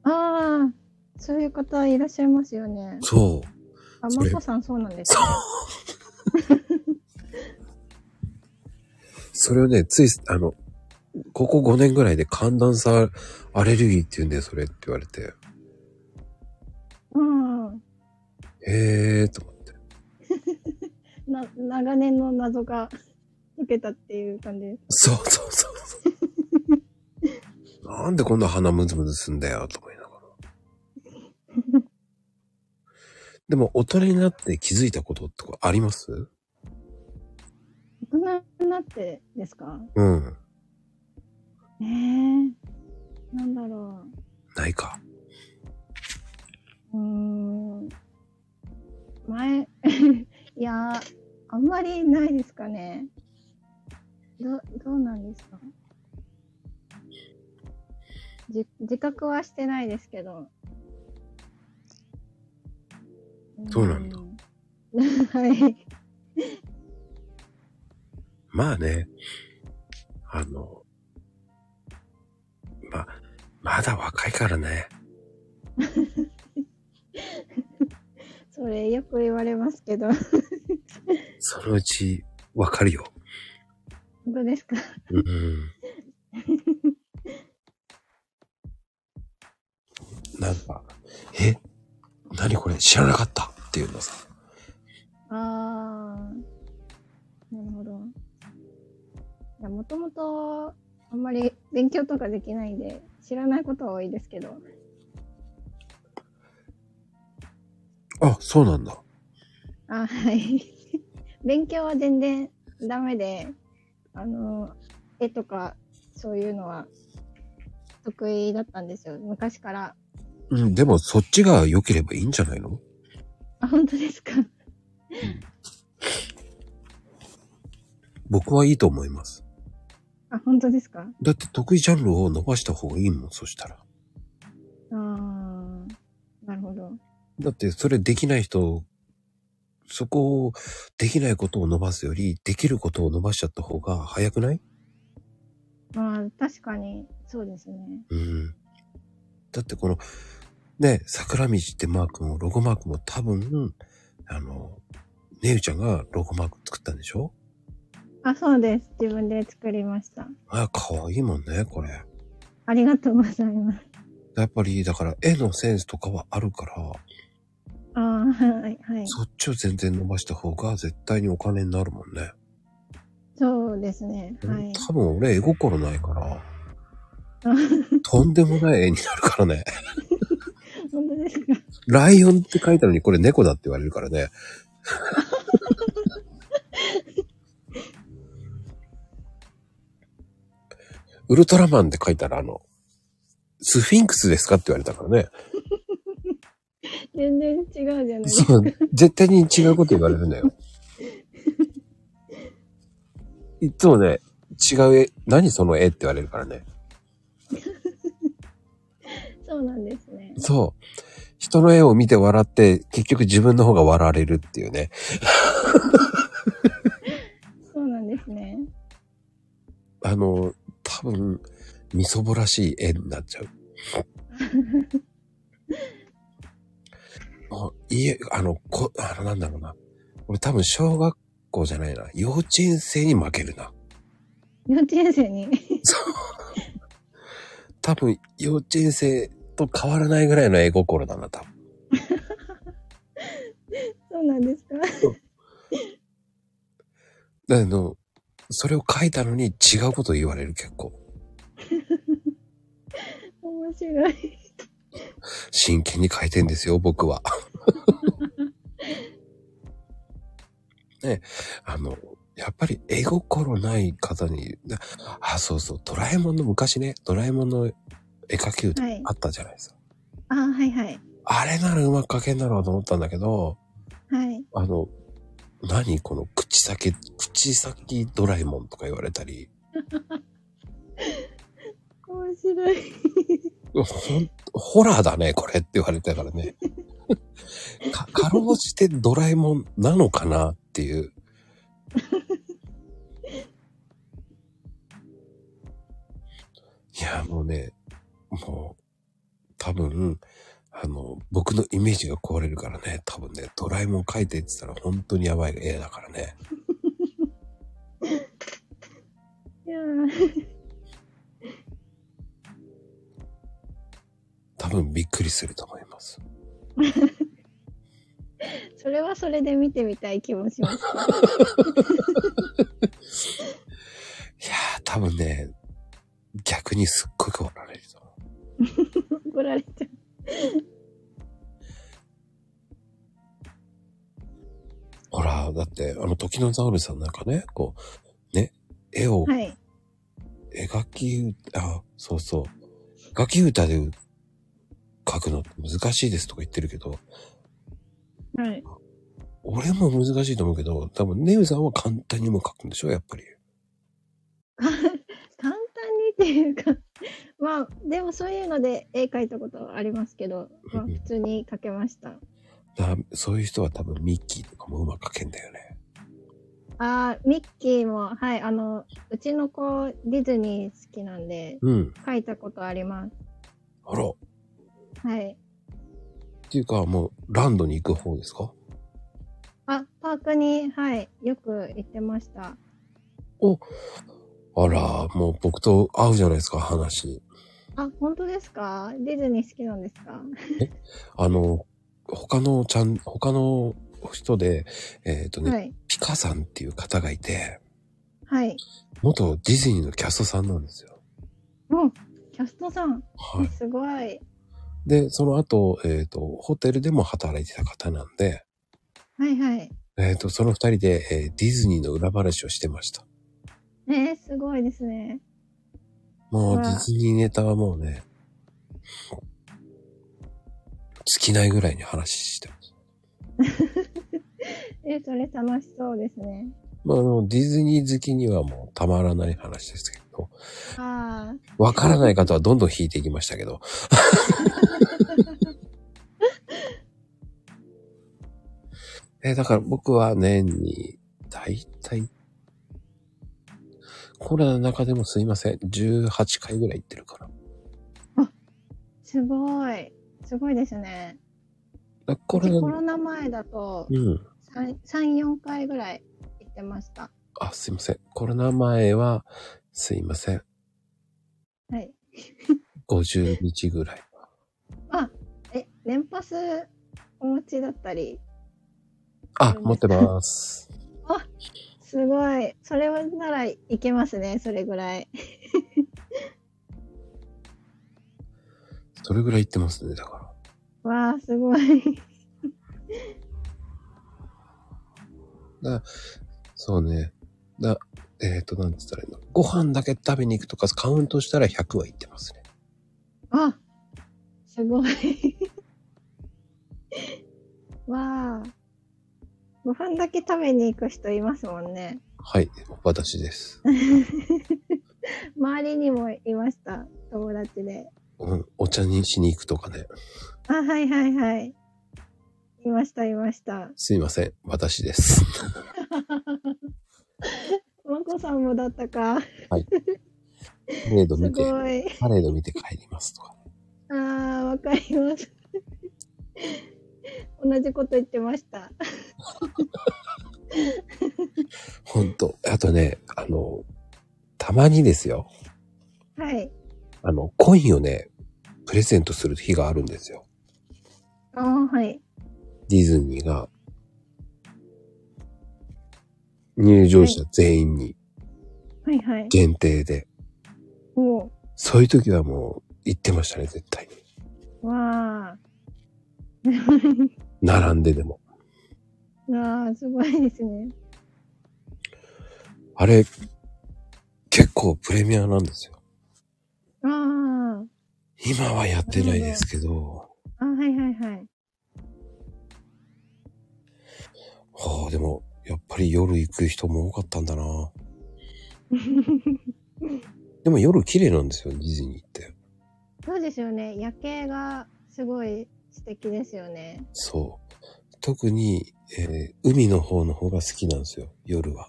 Speaker 2: ああ、そういう方いらっしゃいますよね。
Speaker 1: そう。
Speaker 2: あ、
Speaker 1: それ
Speaker 2: まこさんそうなんです
Speaker 1: そ
Speaker 2: ね。
Speaker 1: それをね、つい、あの、ここ5年ぐらいで寒暖差アレルギーって言うんだよ、それって言われて。
Speaker 2: うん。
Speaker 1: へえーと思って。
Speaker 2: な、長年の謎が解けたっていう感じです。
Speaker 1: そうそうそうそう。なんでこんな鼻ムズムズすんだよ、と思いながら。でも、大人になって気づいたこととかあります
Speaker 2: 大人になってですか
Speaker 1: うん。
Speaker 2: ねえ。なんだろ
Speaker 1: ないか。
Speaker 2: う。うーん。前、 いやー、あんまりないですかね。ど、どうなんですかじ、自覚はしてないですけど。
Speaker 1: そうなんだ
Speaker 2: ーん はい。
Speaker 1: まあね、あの、ま、まだ若いからね。
Speaker 2: それよく言われますけど。
Speaker 1: そのうち、わかるよ。
Speaker 2: 本当ですか
Speaker 1: うん。 なんか、え何これ知らなかったっていうのさ。
Speaker 2: あー、なるほど。いや、もともと、あんまり勉強とかできないんで、知らないことは多いですけど。
Speaker 1: あ、そうなんだ。
Speaker 2: あ、はい。 勉強は全然ダメで、あの、絵とか、そういうのは、得意だったんですよ。昔から。
Speaker 1: うん、でもそっちが良ければいいんじゃないの
Speaker 2: あ、本当ですか
Speaker 1: 僕はいいと思います。
Speaker 2: あ、本当ですか
Speaker 1: だって得意ジャンルを伸ばした方がいいもん、そしたら。
Speaker 2: あー、なるほど。
Speaker 1: だってそれできない人、そこを、できないことを伸ばすより、できることを伸ばしちゃった方が早くない
Speaker 2: まあ、確かに、そうですね。
Speaker 1: うん。だってこの、ね、桜道ってマークも、ロゴマークも多分、あの、ねゆちゃんがロゴマーク作ったんでしょ
Speaker 2: あ、そうです。自分で作りました。
Speaker 1: あ、かわいいもんね、これ。
Speaker 2: ありがとうございます。
Speaker 1: やっぱり、だから絵のセンスとかはあるから、
Speaker 2: ああ、はい、はい。
Speaker 1: そっちを全然伸ばした方が絶対にお金になるもんね。
Speaker 2: そうですね。はい。
Speaker 1: 多分俺絵心ない から、とんでもない絵になるからね。
Speaker 2: 本当ですか。
Speaker 1: ライオンって書いたのにこれ猫だって言われるからね。ウルトラマンって書いたらあの、スフィンクスですかって言われたからね。
Speaker 2: 全然違うじゃないですか。
Speaker 1: そう、絶対に違うこと言われるんだよ。いつもね、違う絵、何その絵って言われるからね。
Speaker 2: そうなんですね。
Speaker 1: そう。人の絵を見て笑って、結局自分の方が笑われるっていうね。
Speaker 2: そうなんですね。
Speaker 1: あの、多分、みそぼらしい絵になっちゃう。あいえ、あの、こ、あの、なんだろうな。俺多分小学校じゃないな。幼稚園生に負けるな。
Speaker 2: 幼稚園生に。
Speaker 1: 多分、幼稚園生と変わらないぐらいの絵心だな、多分。
Speaker 2: そうなんですか。
Speaker 1: だけど、それを描いたのに違うこと言われる、結構。
Speaker 2: 面白い。
Speaker 1: 真剣に描いてんですよ、僕は。ね、あの、やっぱり絵心ない方に、なあ、そうそう、ドラえもんの昔ね、ドラえもんの絵描き歌
Speaker 2: はい
Speaker 1: あったじゃないですか。
Speaker 2: あーはいはい。
Speaker 1: あれならうまく描けんだろうと思ったんだけど、
Speaker 2: はい。
Speaker 1: あの、何この口先、口先ドラえもんとか言われたり、
Speaker 2: 面白い。
Speaker 1: ほん、ホラーだね、これって言われたからね。か、かろうじてドラえもんなのかなっていう。いや、もうね、もう、多分、あの、僕のイメージが壊れるからね、多分ね、ドラえもん描いてって言ったら本当にやばい絵だからね。
Speaker 2: いやー
Speaker 1: 多分びっくりすると思います。
Speaker 2: それはそれで見てみたい気も します。
Speaker 1: いやー、多分ね、逆にすっごい怒られると思う。
Speaker 2: 怒られちゃう。
Speaker 1: ほら、だって、あの、時のザウルさんなんかね、こう、ね、絵を、
Speaker 2: はい。
Speaker 1: 描き、あ、そうそう。描き歌で描くのって難しいですとか言ってるけど、
Speaker 2: はい。
Speaker 1: 俺も難しいと思うけど、多分、ネウさんは簡単にも描くんでしょ、やっぱり。
Speaker 2: 簡単にっていうか、まあ、でもそういうので絵描いたことはありますけど、まあ、普通に描けました。
Speaker 1: だそういう人は多分、ミッキーとかもうまく描けんだよね。
Speaker 2: あーミッキーも、はい、あの、うちの子、ディズニー好きなんで、
Speaker 1: うん。
Speaker 2: 描いたことあります。
Speaker 1: あら、っ
Speaker 2: はい。
Speaker 1: ていうか、もう、ランドに行く方ですか
Speaker 2: あ、パークに、はい、よく行ってまし
Speaker 1: あ
Speaker 2: た。
Speaker 1: ら、もう僕と合うじゃないですか、話。
Speaker 2: あ、本当ですかディズニー好きなんですか
Speaker 1: あの、他のちゃん、他の人で、えっ、とね、
Speaker 2: はい。
Speaker 1: ピカさんっていう方がいて、
Speaker 2: はい。
Speaker 1: 元ディズニーのキャストさんなんですよ。
Speaker 2: もう、キャストさん、
Speaker 1: はい。
Speaker 2: すごい。
Speaker 1: で、その後、えっ、と、ホテルでも働いてた方なんで、
Speaker 2: はいはい。
Speaker 1: えっ、と、その二人で、えーディズニーの裏話をしてました。
Speaker 2: ねすごいですね。
Speaker 1: もう、
Speaker 2: う
Speaker 1: デ
Speaker 2: わ
Speaker 1: ィズニーネタはもうね、尽きないぐらいに話してます。
Speaker 2: え、それ楽しそうですね。
Speaker 1: まあ、あの、ディズニー好きにはもうたまらない話ですけど、
Speaker 2: ああ、
Speaker 1: わからない方はどんどん引いていきましたけど、 えーだから僕は年に、だいたい、コロナの中でもすいません、18回ぐらい行ってるから。
Speaker 2: すごい。すごいですね。
Speaker 1: だ
Speaker 2: コ
Speaker 1: コロ
Speaker 2: ロ
Speaker 1: ナ、
Speaker 2: ナ前だと
Speaker 1: うん。
Speaker 2: 3、4回ぐらい行ってました。
Speaker 1: あ、すいません。コロナ前は、すいません、
Speaker 2: はい。
Speaker 1: 50日ぐらい。
Speaker 2: え、年パスお持ちだったり、
Speaker 1: あ、持ってます。
Speaker 2: すごい。それならいけますね、それぐらい。
Speaker 1: それぐらい行ってますね、だから。
Speaker 2: わあ、すごい。
Speaker 1: そうね。だ、えっ、と、なんつったらいいのご飯だけ食べに行くとか、カウントしたら100は行ってますね。
Speaker 2: あ、すごい。 わあ。ご飯だけ食べに行く人いますもんね。
Speaker 1: はい、私です。
Speaker 2: 周りにもいました友達で
Speaker 1: うん、お茶にしに行くとかね。
Speaker 2: あはいはいはいいましたいました
Speaker 1: すいません、私 です。
Speaker 2: まこさんもだったか
Speaker 1: パレード
Speaker 2: す
Speaker 1: 見て、
Speaker 2: ごい
Speaker 1: パレード見て帰りますとか。
Speaker 2: あーわかります 同じこと言ってました
Speaker 1: ほんと。あとね、あの、たまにですよ。
Speaker 2: はい
Speaker 1: あの、コインをね、プレゼントする日があるんですよ。
Speaker 2: あーはい
Speaker 1: ディズニーが。入場者全員に
Speaker 2: はいはい
Speaker 1: 限定で。
Speaker 2: お
Speaker 1: そういう時はもう行ってましたね、絶対に。
Speaker 2: うわあ
Speaker 1: 並んででも。
Speaker 2: あーすごいですね
Speaker 1: あれ、結構プレミアなんですよ。
Speaker 2: あ
Speaker 1: 今はやってないですけど、
Speaker 2: あ、あはいはいはい。
Speaker 1: はあ、でも、やっぱり夜行く人も多かったんだな。でも夜綺麗なんですよ、ディズニーって。
Speaker 2: そうですよね。夜景がすごい素敵ですよね。
Speaker 1: そう。特に、えー海の方の方が好きなんですよ、夜は。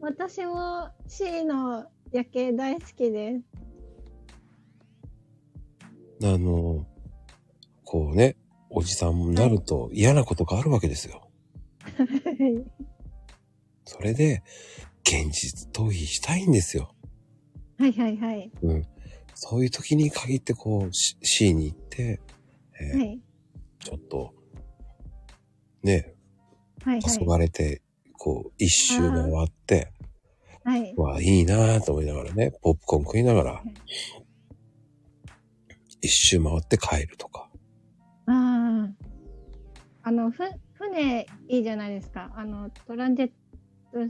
Speaker 2: 私も C の夜景大好きです。
Speaker 1: あの、こうね、おじさんになると嫌なことがあるわけですよ。それで、現実逃避したいんですよ。
Speaker 2: はいはいはい。
Speaker 1: そういう時に限ってこう、シ C に行って、えー
Speaker 2: はい。
Speaker 1: ちょっと、ね、
Speaker 2: はい
Speaker 1: 遊
Speaker 2: は
Speaker 1: ばれて、こう、一周回って、
Speaker 2: い。はい。
Speaker 1: わあ、いいなぁと思いながらね、ポップコーン食いながら
Speaker 2: い、
Speaker 1: 一周回って帰るとか。
Speaker 2: ああ。あの、ふ、船いいじゃないですか。あの、トランジェット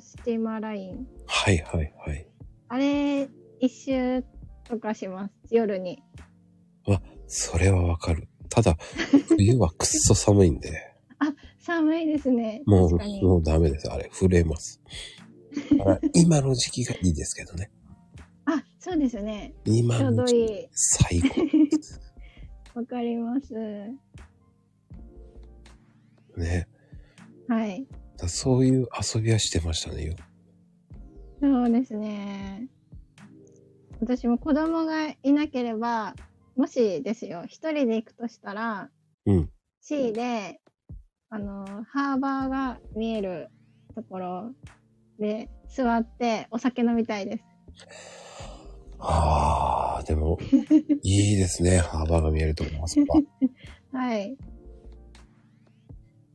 Speaker 2: スティーマーライン。
Speaker 1: はいはいはい。
Speaker 2: あれ、一周とかします。夜に。
Speaker 1: それはわかる。ただ、冬はくっそ寒いんで、
Speaker 2: 寒いですね。
Speaker 1: も
Speaker 2: 確かに
Speaker 1: う、。もうダメです。あれ、震えます。だから今の時期がいいですけどね。
Speaker 2: あ、そうですね。
Speaker 1: 今
Speaker 2: ちょう
Speaker 1: の
Speaker 2: ど
Speaker 1: 時期、
Speaker 2: いい。
Speaker 1: 最高。
Speaker 2: わかります。
Speaker 1: ね。
Speaker 2: はい。
Speaker 1: だからそういう遊びはしてましたね。よ
Speaker 2: そうですね。私も子供がいなければ、もしですよ、一人で行くとしたら、
Speaker 1: うん。
Speaker 2: C で、あの、ハーバーが見えるところで座ってお酒飲みたいです。
Speaker 1: ああ、で も、いいですね。幅が見えると思います。
Speaker 2: はい。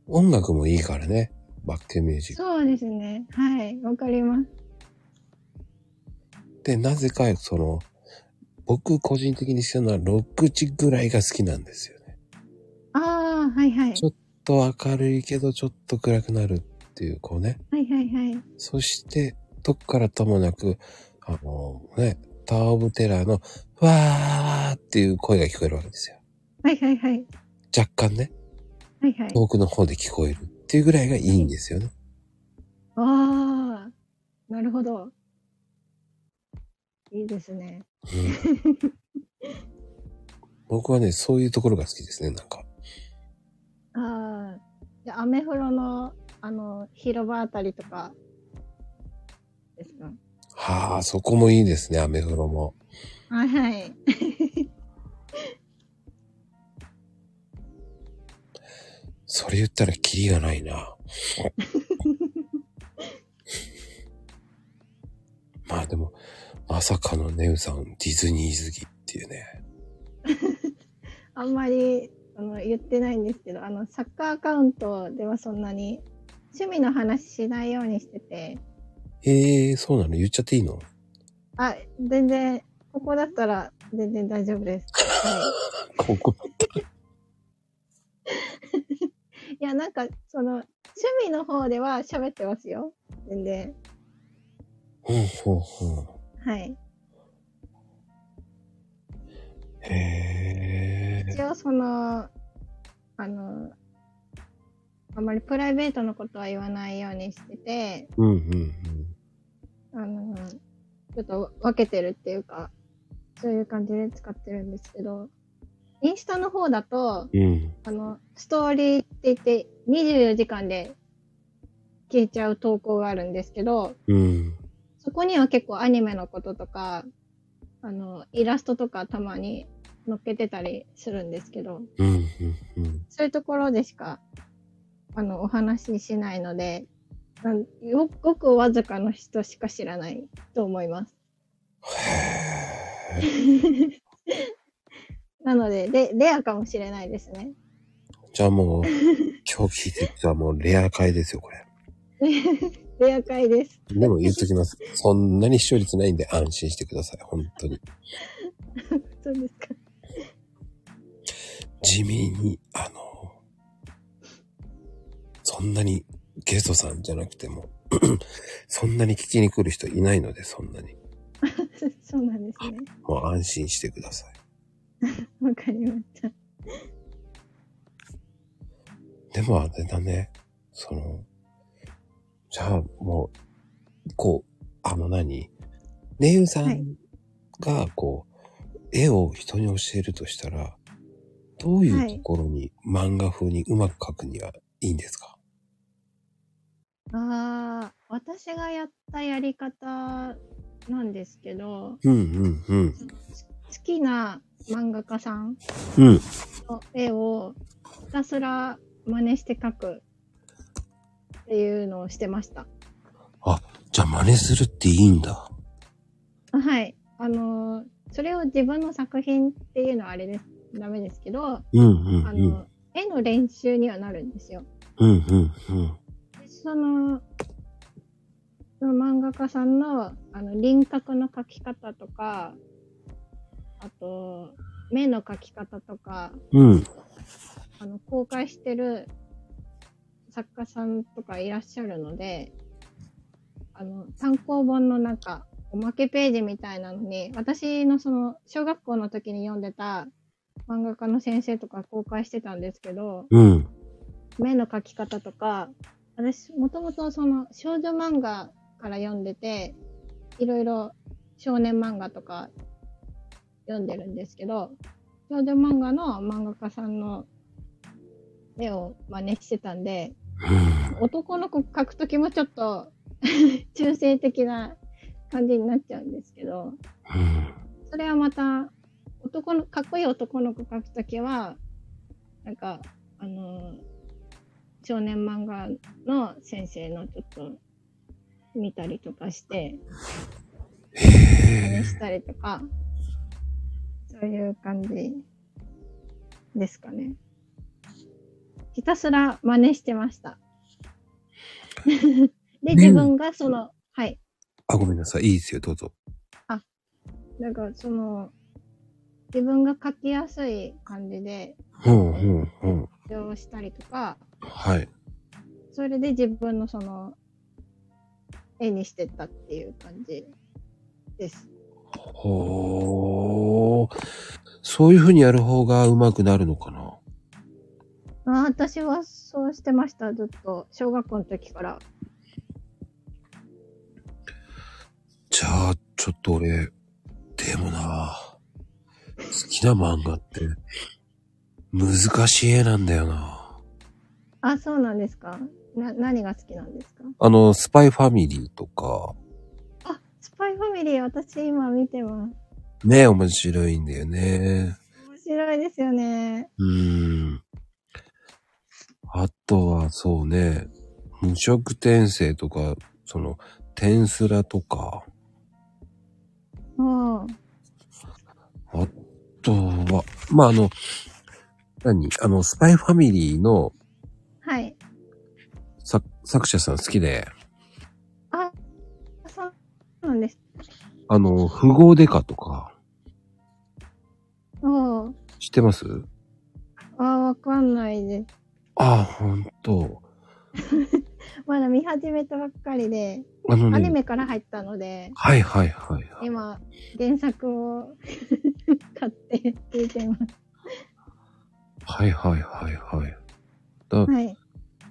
Speaker 1: 音楽もいいからね。バックミュージック。
Speaker 2: そうですね。はい。わかります。
Speaker 1: で、なぜか、その、僕個人的に好きなのは、ロックチぐらいが好きなんですよね。
Speaker 2: ああ、はいはい。
Speaker 1: ちょっと明るいけど、ちょっと暗くなるっていう、こうね。
Speaker 2: はいはいはい。
Speaker 1: そして、どっからともなく、あのね、タワーオブテラーの、わーっていう声が聞こえるわけですよ。
Speaker 2: はいはいはい。
Speaker 1: 若干ね、
Speaker 2: はいはい。
Speaker 1: 遠くの方で聞こえるっていうぐらいがいいんですよね。
Speaker 2: ああ、なるほど。いいですね。
Speaker 1: うん僕はね、そういうところが好きですね、なんか。
Speaker 2: ああ、じゃあ、アメフロの、あの、広場あたりとか、ですか
Speaker 1: はあ、そこもいいですね、アメフロも。
Speaker 2: あはい。
Speaker 1: それ言ったらキリがないな。まあでも、まさかのネウさん、ディズニー好きっていうね。
Speaker 2: あんまり、あの、言ってないんですけど、あの、サッカーアカウントではそんなに、趣味の話しないようにしてて、
Speaker 1: ええー、そうなの言っちゃっていいの
Speaker 2: あ、全然、ここだったら、全然大丈夫です。は
Speaker 1: ここ。
Speaker 2: い。いや、なんか、その、趣味の方では喋ってますよ。全然。
Speaker 1: ほんほんほん。
Speaker 2: はい。
Speaker 1: へえ。
Speaker 2: 一応そのあのあんまりプライベートのことは言わないようにしてて
Speaker 1: うんうんうん。
Speaker 2: あのちょっと分けてるっていうかそういう感じで使ってるんですけどインスタの方だと
Speaker 1: うん。
Speaker 2: あのストーリーって言って24時間で消えちゃう投稿があるんですけど
Speaker 1: うん。
Speaker 2: そこには結構アニメのこととかあのイラストとかたまに載っけてたりするんですけど
Speaker 1: うんうんうん。
Speaker 2: そういうところでしか、あの、お話ししないので、なんよごくわずかの人しか知らないと思います。
Speaker 1: へえ。
Speaker 2: なので、で、レアかもしれないですね。
Speaker 1: じゃあもう、今日聞いてきたもうレア会ですよ、これ。
Speaker 2: レア会です。
Speaker 1: でも言っときます。そんなに視聴率ないんで安心してください。本当に。
Speaker 2: そうですか。
Speaker 1: 地味に、あの、そんなにゲストさんじゃなくても、 そんなに聞きに来る人いないので、そんなに。
Speaker 2: そうなんですね。
Speaker 1: もう安心してください。
Speaker 2: わかりました。
Speaker 1: でもあれだね。その、じゃあもう、こう、あの何ねゆうさ
Speaker 2: はい
Speaker 1: んが、こう、絵を人に教えるとしたら、どういうところに漫画風にうまく描くにはいいんですか、
Speaker 2: ああ、私がやったやり方なんですけど、
Speaker 1: うんうん
Speaker 2: 好きな漫画家さん
Speaker 1: うん。うん。
Speaker 2: の絵をひたすら真似して描くっていうのをしてました。
Speaker 1: じゃあ真似するっていいんだ。
Speaker 2: あはい。あのーそれを自分の作品っていうのはあれです。ダメですけど、あ
Speaker 1: うんうん
Speaker 2: の、
Speaker 1: うん。
Speaker 2: 絵の練習にはなるんですよ。
Speaker 1: うんうんうん。
Speaker 2: でその、その漫画家さんの、あの、輪郭の描き方とか、あと、目の描き方とか、
Speaker 1: うん。
Speaker 2: あの、公開してる作家さんとかいらっしゃるので、あの、単行本の中、おまけページみたいなのに、私のその、小学校の時に読んでた漫画家の先生とか公開してたんですけど、
Speaker 1: うん。
Speaker 2: 目の描き方とか、私、もともとその少女漫画から読んでて、いろいろ少年漫画とか読んでるんですけど、少女漫画の漫画家さんの絵を真似してたんで、
Speaker 1: うん。
Speaker 2: 男の子描くときもちょっと 中性的な感じになっちゃうんですけど、
Speaker 1: うん。
Speaker 2: それはまた、男の、かっこいい男の子描くときは、なんか、あのー少年漫画の先生のちょっと、見たりとかして、真似したりとか、そういう感じですかね。ひたすら真似してました。で、自分がその、はい。
Speaker 1: あ、ごめんなさい。いいですよ。どうぞ。
Speaker 2: なんかその、自分が書きやすい感じで、
Speaker 1: うんうんうん。
Speaker 2: 発表したりとか、
Speaker 1: はい。
Speaker 2: それで自分のその、絵にしてったっていう感じです。
Speaker 1: ほー。そういう風にやる方がうまくなるのかな
Speaker 2: あ私はそうしてました、ずっと。小学校の時から。
Speaker 1: じゃあ、ちょっと俺、でもな好きな漫画って、難しい絵なんだよな
Speaker 2: あ、そうなんですかな、何が好きなんですか
Speaker 1: あの、スパイファミリーとか、
Speaker 2: あ、スパイファミリー、私今見てます。
Speaker 1: ね、面白いんだよね。
Speaker 2: 面白いですよね。
Speaker 1: うーん。あとは、そうね、無色転生とか、その、転スラとか、
Speaker 2: うん。
Speaker 1: あとは、まあ、あの、何あの、スパイファミリーの
Speaker 2: はい。
Speaker 1: 作作者さん好きで、
Speaker 2: あ、そうなんです。
Speaker 1: あの、富豪デカとか、
Speaker 2: おう
Speaker 1: 知ってます
Speaker 2: あ、わかんないです。
Speaker 1: ああ、ほんと。
Speaker 2: まだ見始めたばっかりで、
Speaker 1: あの
Speaker 2: アニ
Speaker 1: ね、
Speaker 2: メから入ったので、
Speaker 1: はいはいはいはい。
Speaker 2: 今、原作を 買って聞いてます。
Speaker 1: はいはいはいはい。
Speaker 2: はい。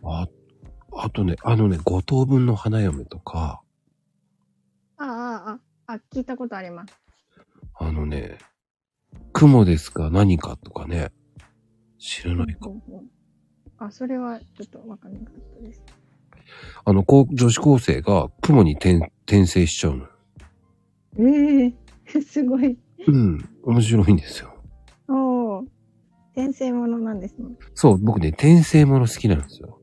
Speaker 1: あ、あとね、あのね、五等分の花嫁とか、
Speaker 2: ああ、ああ、あ、聞いたことあります。
Speaker 1: あのね、雲ですか何かとかね、知らないか。
Speaker 2: あ、それはちょっとわかんなかったです。
Speaker 1: あの、こう女子高生が雲に転転生しちゃうの。
Speaker 2: ええ すごい。
Speaker 1: うん、面白いんですよ。
Speaker 2: おお。転生ものなんですね。
Speaker 1: そう、僕ね、転生もの好きなんですよ。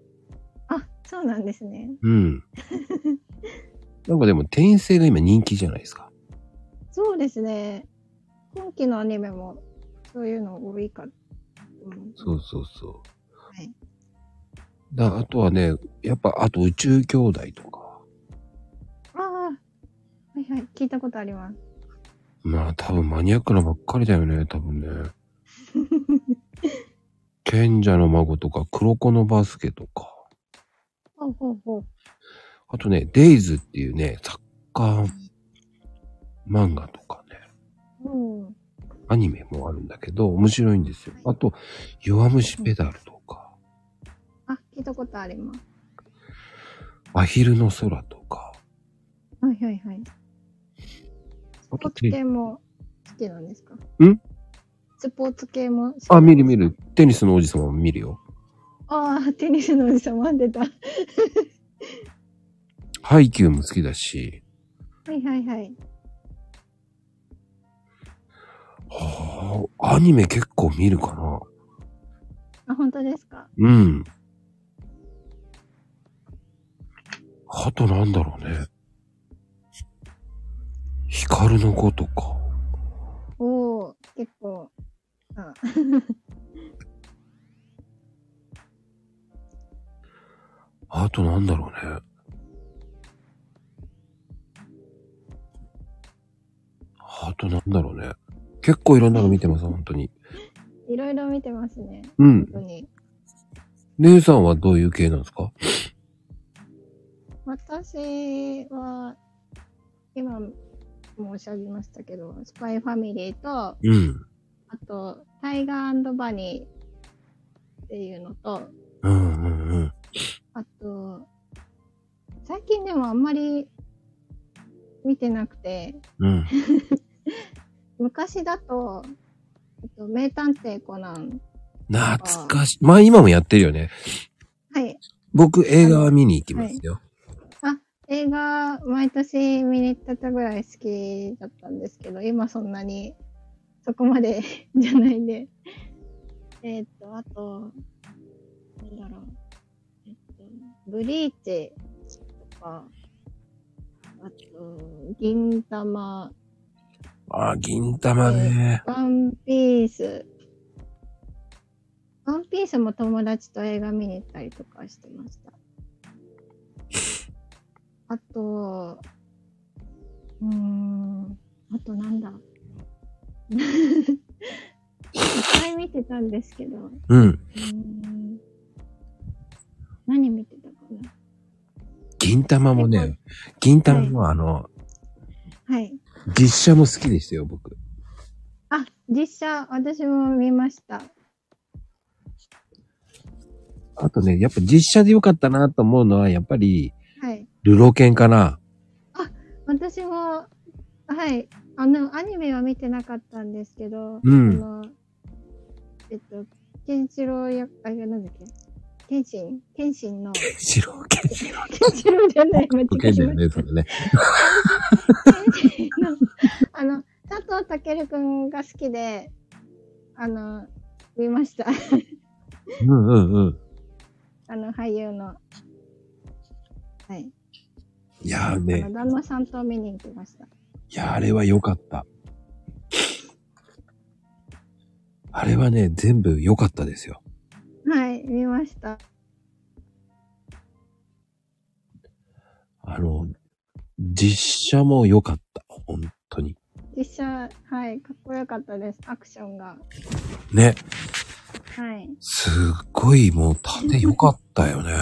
Speaker 2: あ、そうなんですね。
Speaker 1: うん。なんかでも転生が今人気じゃないですか。
Speaker 2: そうですね。今期のアニメも、そういうの多いかと思います。
Speaker 1: そうそうそう。
Speaker 2: はい。
Speaker 1: だあとはね、やっぱ、あと宇宙兄弟とか。
Speaker 2: ああ。はいはい。聞いたことあります。
Speaker 1: まあ多分マニアックなばっかりだよね、多 分ね。賢者の孫とか、黒子のバスケとか。
Speaker 2: あほうほうほう。
Speaker 1: あとね、デイズっていうね、サッカー漫画とかね、
Speaker 2: うん。
Speaker 1: アニメもあるんだけど、面白いんですよ。あと、弱虫ペダルとか、
Speaker 2: あ、聞いたことあります。
Speaker 1: アヒルの空とか、
Speaker 2: はいはいはい。ス
Speaker 1: あ
Speaker 2: ポ
Speaker 1: と
Speaker 2: ーツ系も好きなんですか
Speaker 1: ん
Speaker 2: スポーツ系も好きなんですか
Speaker 1: あ、見る見。る。テニスの王子様も見るよ。
Speaker 2: ああ、テニスのおじさん待 ってた。は
Speaker 1: ハイキューも好きだし、
Speaker 2: いはいはい。
Speaker 1: はあ、アニメ結構見るかな。
Speaker 2: あ、本当ですか
Speaker 1: うん。あとなんだろうね。光の子とか。
Speaker 2: おお結構。あ
Speaker 1: あとなんだろうね。あとなんだろうね。結構いろんなの見てます、本当に。
Speaker 2: いろいろ見てますね。
Speaker 1: う
Speaker 2: 本
Speaker 1: ん。
Speaker 2: 当に。
Speaker 1: 姉さんはどういう系なんですか
Speaker 2: 私は、今も申し上げましたけど、スパイファミリーと、あ
Speaker 1: うん。
Speaker 2: と、タイガーバニーっていうのと、
Speaker 1: うんうんうん。
Speaker 2: あと、最近でもあんまり見てなくて、
Speaker 1: うん。
Speaker 2: 昔だと、えっと、名探偵コナン。
Speaker 1: 懐かしい。まあ今もやってるよね。
Speaker 2: はい。
Speaker 1: 僕映画は見に行きますよ。
Speaker 2: 映画、毎年見に行ってたぐらい好きだったんですけど、今そんなに、そこまで じゃないんで。えっと、あと、なんだろう。えっと、ブリーチとか、あと、銀玉、
Speaker 1: ああ、銀玉ね。
Speaker 2: ワンピース。ワンピースも友達と映画見に行ったりとかしてました。あと、うーん、あとなんだ。いっぱい見てたんですけど、う
Speaker 1: うん。
Speaker 2: ーん何見てたかな。
Speaker 1: 銀玉もね、銀玉もあの、
Speaker 2: はい。
Speaker 1: 実写も好きですよ、僕。
Speaker 2: あ、実写、私も見ました。
Speaker 1: あとね、やっぱ実写で良かったなと思うのは、やっぱり、
Speaker 2: はい。
Speaker 1: ルロケンかな。
Speaker 2: 私も、はい、あの、アニメは見てなかったんですけど、
Speaker 1: うん
Speaker 2: あの、えっと、ケンシロウや、あ、なんだっけ、ケンシン、ケン シンの、ケ
Speaker 1: シロケン。
Speaker 2: ンシロウじゃない、間違
Speaker 1: ロ
Speaker 2: え
Speaker 1: ケンだよ
Speaker 2: まし
Speaker 1: ね、それね。
Speaker 2: た。ケンシンの、あの、佐藤健くんが好きで、あの、見ました。
Speaker 1: うんうんうん。
Speaker 2: あの、俳優の。はい。
Speaker 1: いやー
Speaker 2: あ
Speaker 1: ね
Speaker 2: の、、旦那さんと見に行きました。
Speaker 1: いやーあれは良かった。あれはね、全部良かったですよ。
Speaker 2: はい、見ました。
Speaker 1: あの、実写も良かった。本当に。
Speaker 2: 実写、はい、かっこよかったです。アクションが。
Speaker 1: ね。
Speaker 2: はい。
Speaker 1: すっごいもう縦良かったよね。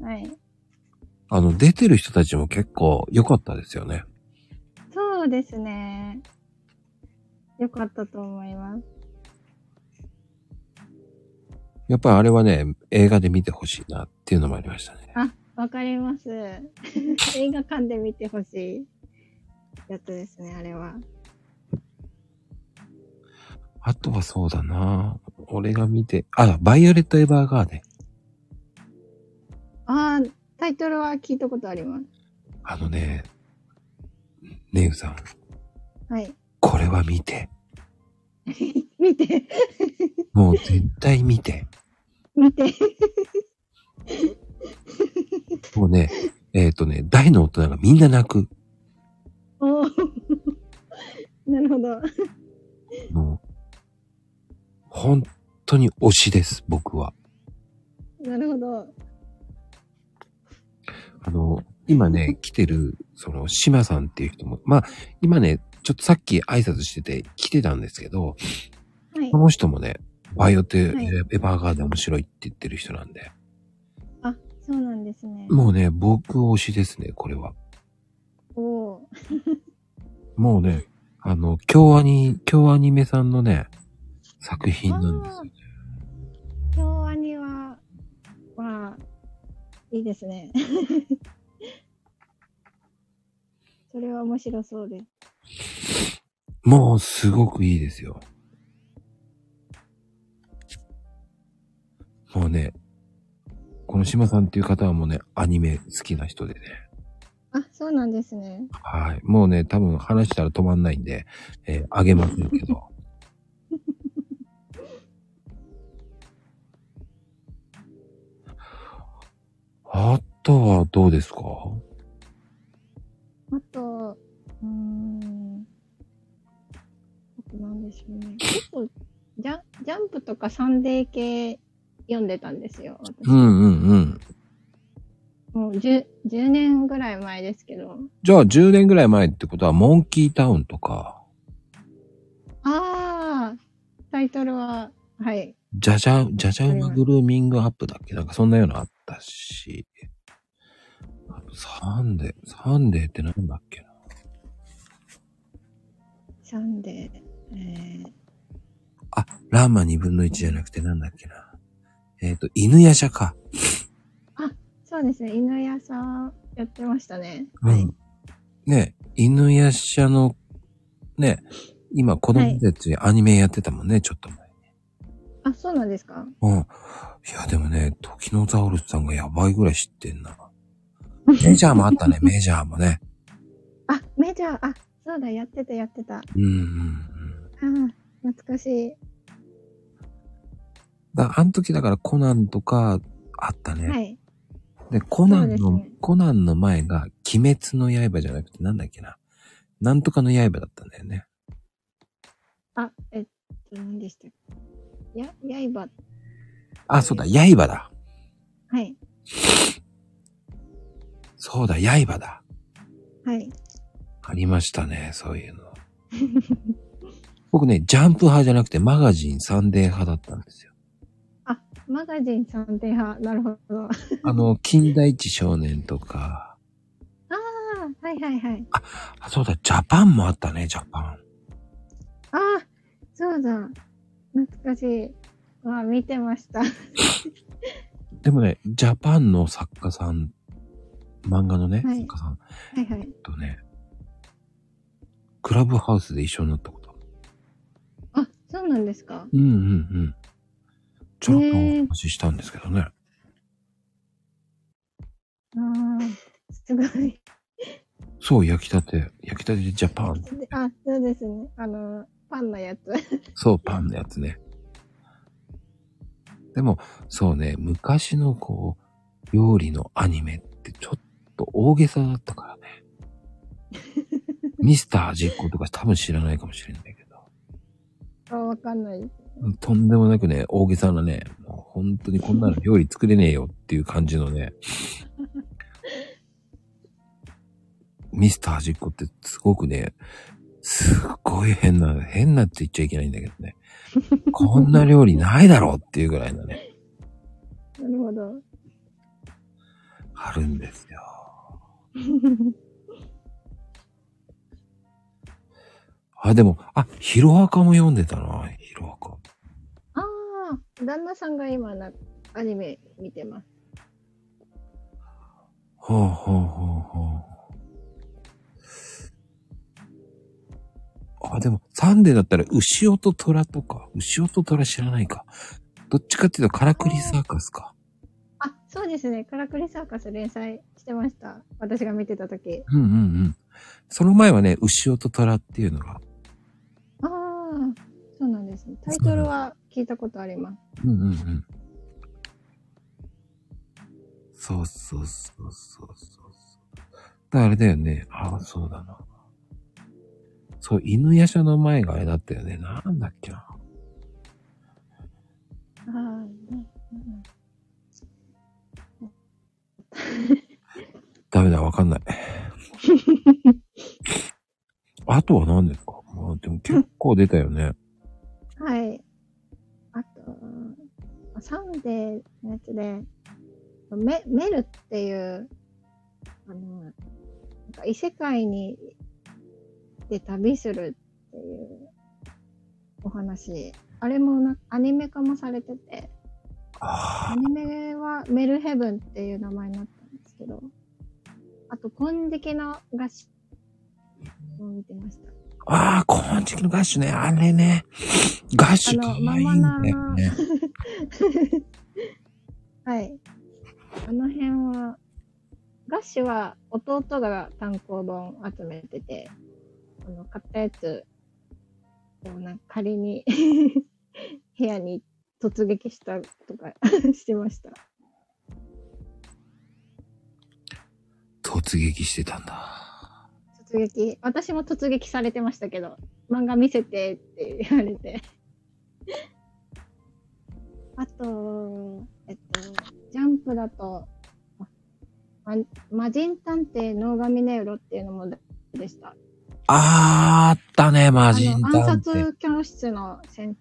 Speaker 2: はい。
Speaker 1: あの、出てる人たちも結構良かったですよね。
Speaker 2: そうですね。よかったと思います。
Speaker 1: やっぱりあれはね、映画で見てほしいなっていうのもありましたね。
Speaker 2: あ、わかり ます。映画館で見てほしいやつですね、あれは。
Speaker 1: あとはそうだな俺が見て、あ、バイオレット・エヴァーガーデン。
Speaker 2: あータイトルは聞いたことあります。
Speaker 1: あのね、ネウさん、
Speaker 2: はい。
Speaker 1: これは見て。
Speaker 2: 見て、
Speaker 1: もう絶対見て。
Speaker 2: 見て。
Speaker 1: もうね、えっ、とね、大の大人がみんな泣く。
Speaker 2: おー なるほど。
Speaker 1: もう、本当に推しです、僕は。
Speaker 2: なるほど。
Speaker 1: あの、今ね、来てる、その、島さんっていう人も、まあ、今ね、ちょっとさっき挨拶してて来てたんですけど、
Speaker 2: はい
Speaker 1: こ。の人もね、バイオテ、
Speaker 2: はい
Speaker 1: エヴァーガーデン面白いって言ってる人なんで、
Speaker 2: あ、そうなんですね。
Speaker 1: もうね、僕推しですね、これは。
Speaker 2: おおー。
Speaker 1: もうね、あの、京アニ、京アニメさんのね、作品なんですよね。
Speaker 2: 京アニは、は、いいですね。 それは面白そうです。
Speaker 1: もうすごくいいですよ。もうね、この島さんっていう方はもうね、アニメ好きな人でね。
Speaker 2: あ、そうなんですね。
Speaker 1: はい。もうね、多分話したら止まんないんで、えーあげませんけど。あとはどうですか
Speaker 2: あと、うーん。あとなんでしょうね。結構、ジャンジャンプとかサンデー系読んでたんですよ。私
Speaker 1: うんうんうん。
Speaker 2: もう 10, 10年ぐらい前ですけど。
Speaker 1: じゃあ10年ぐらい前ってことは、モンキータウンとか、
Speaker 2: ああ、タイトルは、はい。
Speaker 1: ジャジャ、ジャジャウマグルーミングアップだっけなんかそんなようなあったし。あとサンデー、サンデーってなんだっけな
Speaker 2: サンデー。えー、
Speaker 1: あ、ラーマ2分の1じゃなくてなんだっけな。えっ、と、犬夜叉か。
Speaker 2: そうですね。犬屋さんやってましたね。
Speaker 1: う
Speaker 2: はい。
Speaker 1: ん。ね、犬夜叉の、ね、今子供たちアニメやってたもんね、ちょっと前。
Speaker 2: あ、そうなんですか
Speaker 1: うん。いや、でもね、時のザウルスさんがやばいぐらい知ってん な。メジャーもあったね、メジャーもね。
Speaker 2: あ、メジャー、あ、そうだ、やってた、やってた。あ
Speaker 1: うんうんうん。
Speaker 2: ー懐かしい。
Speaker 1: だあの時だからコナンとかあったね。
Speaker 2: はい。
Speaker 1: で、コナン
Speaker 2: そ
Speaker 1: の、
Speaker 2: うですね
Speaker 1: コナンの前が鬼滅の刃じゃなくてなんだっけな。なんとかの刃だったんだよね。
Speaker 2: あ、えっと、何でしたっけや、刃。
Speaker 1: あ、そうだ、刃だ。
Speaker 2: はい。
Speaker 1: そうだ、刃だ。
Speaker 2: はい。
Speaker 1: ありましたね、そう いうの。僕ね、ジャンプ派じゃなくてマガジンサンデー派だったんですよ。
Speaker 2: マガジンさんでは、なるほど。あ
Speaker 1: あの、近代一少年とか、
Speaker 2: あ、はいはいはい。
Speaker 1: あ、そうだ、ジャパンもあったね、ジャパン。
Speaker 2: ああ、そうだ。懐かしい。わあ、見てました。
Speaker 1: でもね、ジャパンの作家さん、漫画のね、
Speaker 2: はい
Speaker 1: 作家さん
Speaker 2: はいはい。
Speaker 1: とね、クラブハウスで一緒になったことある。
Speaker 2: あ、そうなんですか
Speaker 1: うんうんうん。ちょっとお
Speaker 2: へー
Speaker 1: 話ししたんですけどね。
Speaker 2: ああ、すごい。
Speaker 1: そう、焼きたて。焼きたてでジャパン。
Speaker 2: で あ、そうですね。あの、パンのやつ。
Speaker 1: そう、パンのやつね。でも、そうね、昔のこう、料理のアニメってちょっと大げさだった からね。ミスター味っ子とか多分知らないかもしれないけど。
Speaker 2: あ、わかんないです。
Speaker 1: とんでもなくね、大げさなね、もう本当にこんなの料理作れねえよっていう感じのね、ミスター味っ子ってすごくね、すっごい変な、変なって言っちゃいけないんだけどね。こんな料理ないだろうっていうぐらいのね、
Speaker 2: なるほど。
Speaker 1: あるんですよ。あ、でも、あ、ヒロアカも読んでたな、ヒロアカ。
Speaker 2: ああ、旦那さんが今な、アニメ見てます。
Speaker 1: ほうほうほうほう。あ、でも、サンデーだったら、牛尾と虎とか、牛尾と虎知らないか。どっちかっていうと、カラクリサーカスか。
Speaker 2: あ、そうですね。カラクリサーカス連載してました。私が見てた時。
Speaker 1: うんうんうん。その前はね、牛尾と虎っていうのが。
Speaker 2: ああ、そうなんですね。タイトルは聞いたことあります。
Speaker 1: うんうんうん。そうそうそうそうそうそう。だからあれだよね。ああ、そうだな。そう、犬夜叉の前があれだったよね。なんだっけな。
Speaker 2: ああ、ね。
Speaker 1: ダメだ、わか んない。あとは何ですかまあでも結構出たよね。
Speaker 2: うんはい。あと、サンデーのやつで、メメルっていう、あの、なんか異世界に、で旅するっていうお話。あれもな、アニメ化もされてて、ア
Speaker 1: あ
Speaker 2: ニメはメルヘブンっていう名前になったんですけど、あと、金色の合宿も見てました。
Speaker 1: あ、ああ、金色のガッシュね、あれね。ガッシュ
Speaker 2: あ
Speaker 1: か
Speaker 2: の
Speaker 1: わいいんだよね。
Speaker 2: はい。あの辺は、ガッシュは弟が単行本集めてて、あの買ったやつをなんか仮に 部屋に突撃したとか してました。
Speaker 1: 突撃してたんだ。
Speaker 2: 突撃。私も突撃されてましたけど、漫画見せてって言われて。 あと、えっと、ジャンプだと、あま、魔人探偵ノーガミネウロっていうのもでした。
Speaker 1: あーあったね、魔人
Speaker 2: あの暗
Speaker 1: 探偵。
Speaker 2: 殺教室の先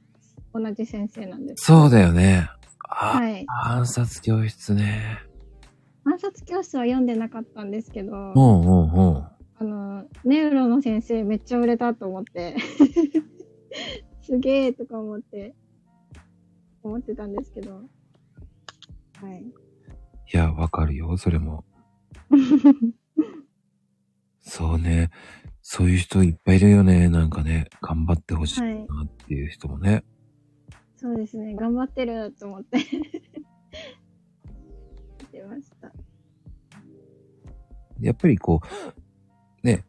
Speaker 2: 同じ先生なんです。
Speaker 1: そうだよね。あ、
Speaker 2: はい。
Speaker 1: 暗殺教室ね。
Speaker 2: 暗殺教室は読んでなかったんですけど、あ
Speaker 1: うんうんうん。
Speaker 2: の、ネウロの先生めっちゃ売れたと思って、 すげえとか思って、思ってたんですけど、はい。
Speaker 1: いや、わかるよ、それ も。そうね。そういう人いっぱいいるよね。なんかね、頑張ってほしい
Speaker 2: はい。
Speaker 1: なっていう人もね。
Speaker 2: そうですね、頑張ってると思って 見てました。
Speaker 1: やっぱりこう、ね、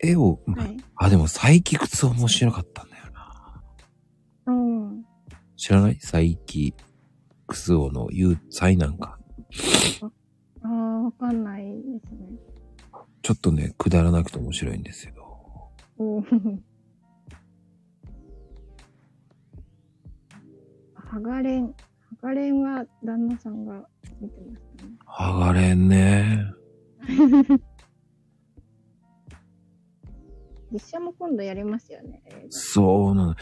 Speaker 1: 絵を、
Speaker 2: はい。
Speaker 1: あ、でもサイキクツ面白かったんだよな。
Speaker 2: うん。
Speaker 1: 知らないサイキクスオの言う、サイなんか。
Speaker 2: ああ、わかんないですね。
Speaker 1: ちょっとね、くだらなくて面白いんですよ。
Speaker 2: おお。ハガレン、ハガレンは旦那さんが見てましたね。
Speaker 1: 剥がれんね。
Speaker 2: 実写も今度やりますよね。
Speaker 1: そうなの。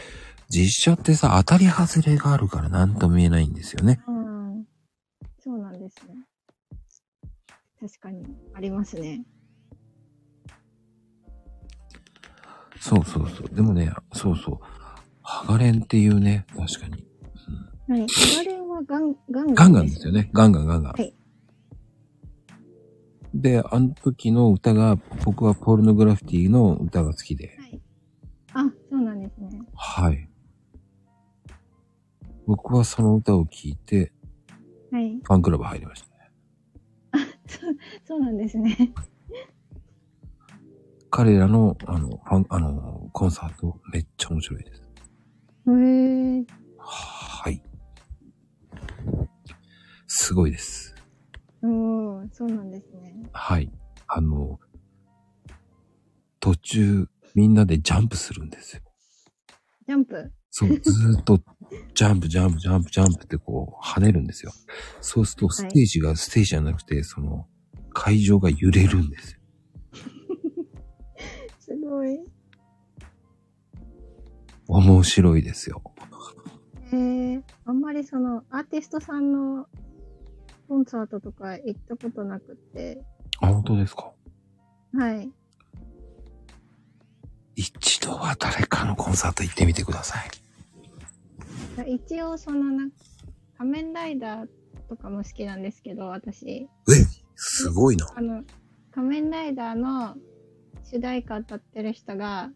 Speaker 1: 実写ってさ、当たり外れがあるから何とも言えないんですよね。
Speaker 2: うん。そうなんですね。確かに、ありますね。
Speaker 1: そうそうそう。でもね、そうそう。ハガレンっていうね、確かに。
Speaker 2: はい。ハガレンはガン、ガン
Speaker 1: ガンガンですよね。ガンガンガンガン。
Speaker 2: はい
Speaker 1: で、あの時の歌が、僕はポルノグラフィティの歌が好きで。
Speaker 2: はい。あ、そうなんですね。
Speaker 1: はい。僕はその歌を聴いて、
Speaker 2: はい。
Speaker 1: ファンクラブ入りました。
Speaker 2: そうなんですね。
Speaker 1: 彼らの、あの、ファン、あの、コンサート、めっちゃ面白いです。
Speaker 2: へえ。
Speaker 1: はい。すごいです。
Speaker 2: うん、そうなんですね。
Speaker 1: はい。あの、途中、みんなでジャンプするんですよ。
Speaker 2: ジャンプ。
Speaker 1: そう、ずーっと、ジャンプ、ジャンプ、ジャンプ、ジャンプってこう、跳ねるんですよ。そうすると、ステージがステージじゃなくて、その、会場が揺れるんですよ。
Speaker 2: すごい。へ
Speaker 1: 面白いですよ。
Speaker 2: え。あんまりその、アーティストさんのコンサートとか行ったことなくって。
Speaker 1: あ、本当ですか
Speaker 2: はい。
Speaker 1: 一度は誰かのコンサート行ってみてください。
Speaker 2: 一応そのな、仮面ライダーとかも好きなんですけど、私。
Speaker 1: すごいな。
Speaker 2: あの、仮面ライダーの主題歌歌ってる人が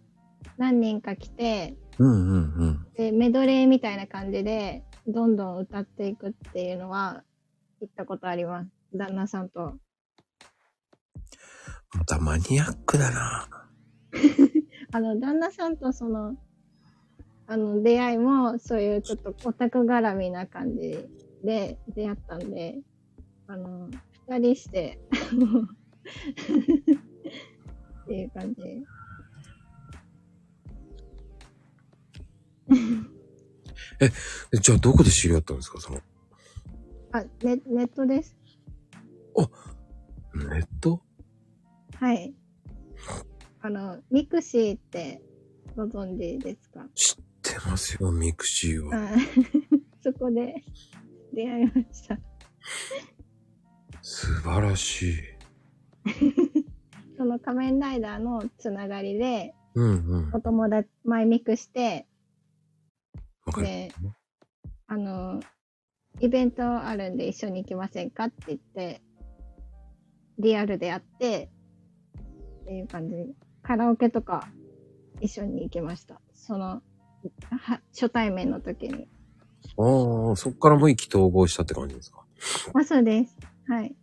Speaker 2: 何人か来て、
Speaker 1: うんうんうん。
Speaker 2: で、メドレーみたいな感じで、どんどん歌っていくっていうのは、行ったことあります。旦那さんと。
Speaker 1: またマニアックだな。
Speaker 2: あの、旦那さんとその、あの、出会いも、そういうちょっとオタク絡みな感じで出会ったんで、あの、二人して、 っていう感じ。
Speaker 1: えじゃあ、どこで知り合ったんですかその、
Speaker 2: あ、ネネットです。
Speaker 1: ネット
Speaker 2: はい。あの、ミクシーってご存知ですか
Speaker 1: 出ますよ、ミク シーは。
Speaker 2: あそこで出会いました。
Speaker 1: 素晴らしい。
Speaker 2: その仮面ライダーのつながりで、
Speaker 1: うんうん。
Speaker 2: お友達、前ミクして、
Speaker 1: わかる
Speaker 2: で。、あの、イベントあるんで一緒に行きませんかって言って、リアルでやって、っていう感じ。カラオケとか一緒に行きました。その、は初対面の時に。
Speaker 1: ああ、そっからもう意気投合したって感じですか。
Speaker 2: あ、そうです。はい。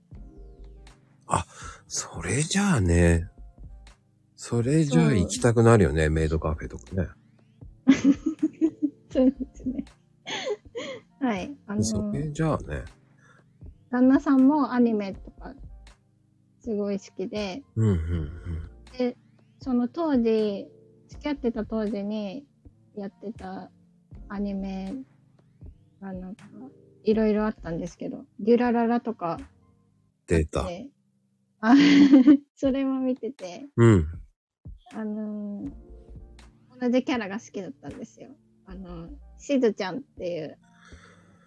Speaker 1: それじゃあね。それじゃあ行きたくなるよね、メイドカフェとかね。
Speaker 2: そうですね。 はい。あ
Speaker 1: そ
Speaker 2: の、
Speaker 1: れじゃあね。
Speaker 2: 旦那さんもアニメとか、すごい好きで、
Speaker 1: うんうんうん。
Speaker 2: で、その当時、付き合ってた当時にやってたアニメがなんか、いろいろあったんですけど、デュラララとか
Speaker 1: 出た。
Speaker 2: で、あ それも見てて、
Speaker 1: うん。
Speaker 2: あのー同じキャラが好きだったんですよ。あのーしずちゃんっていう、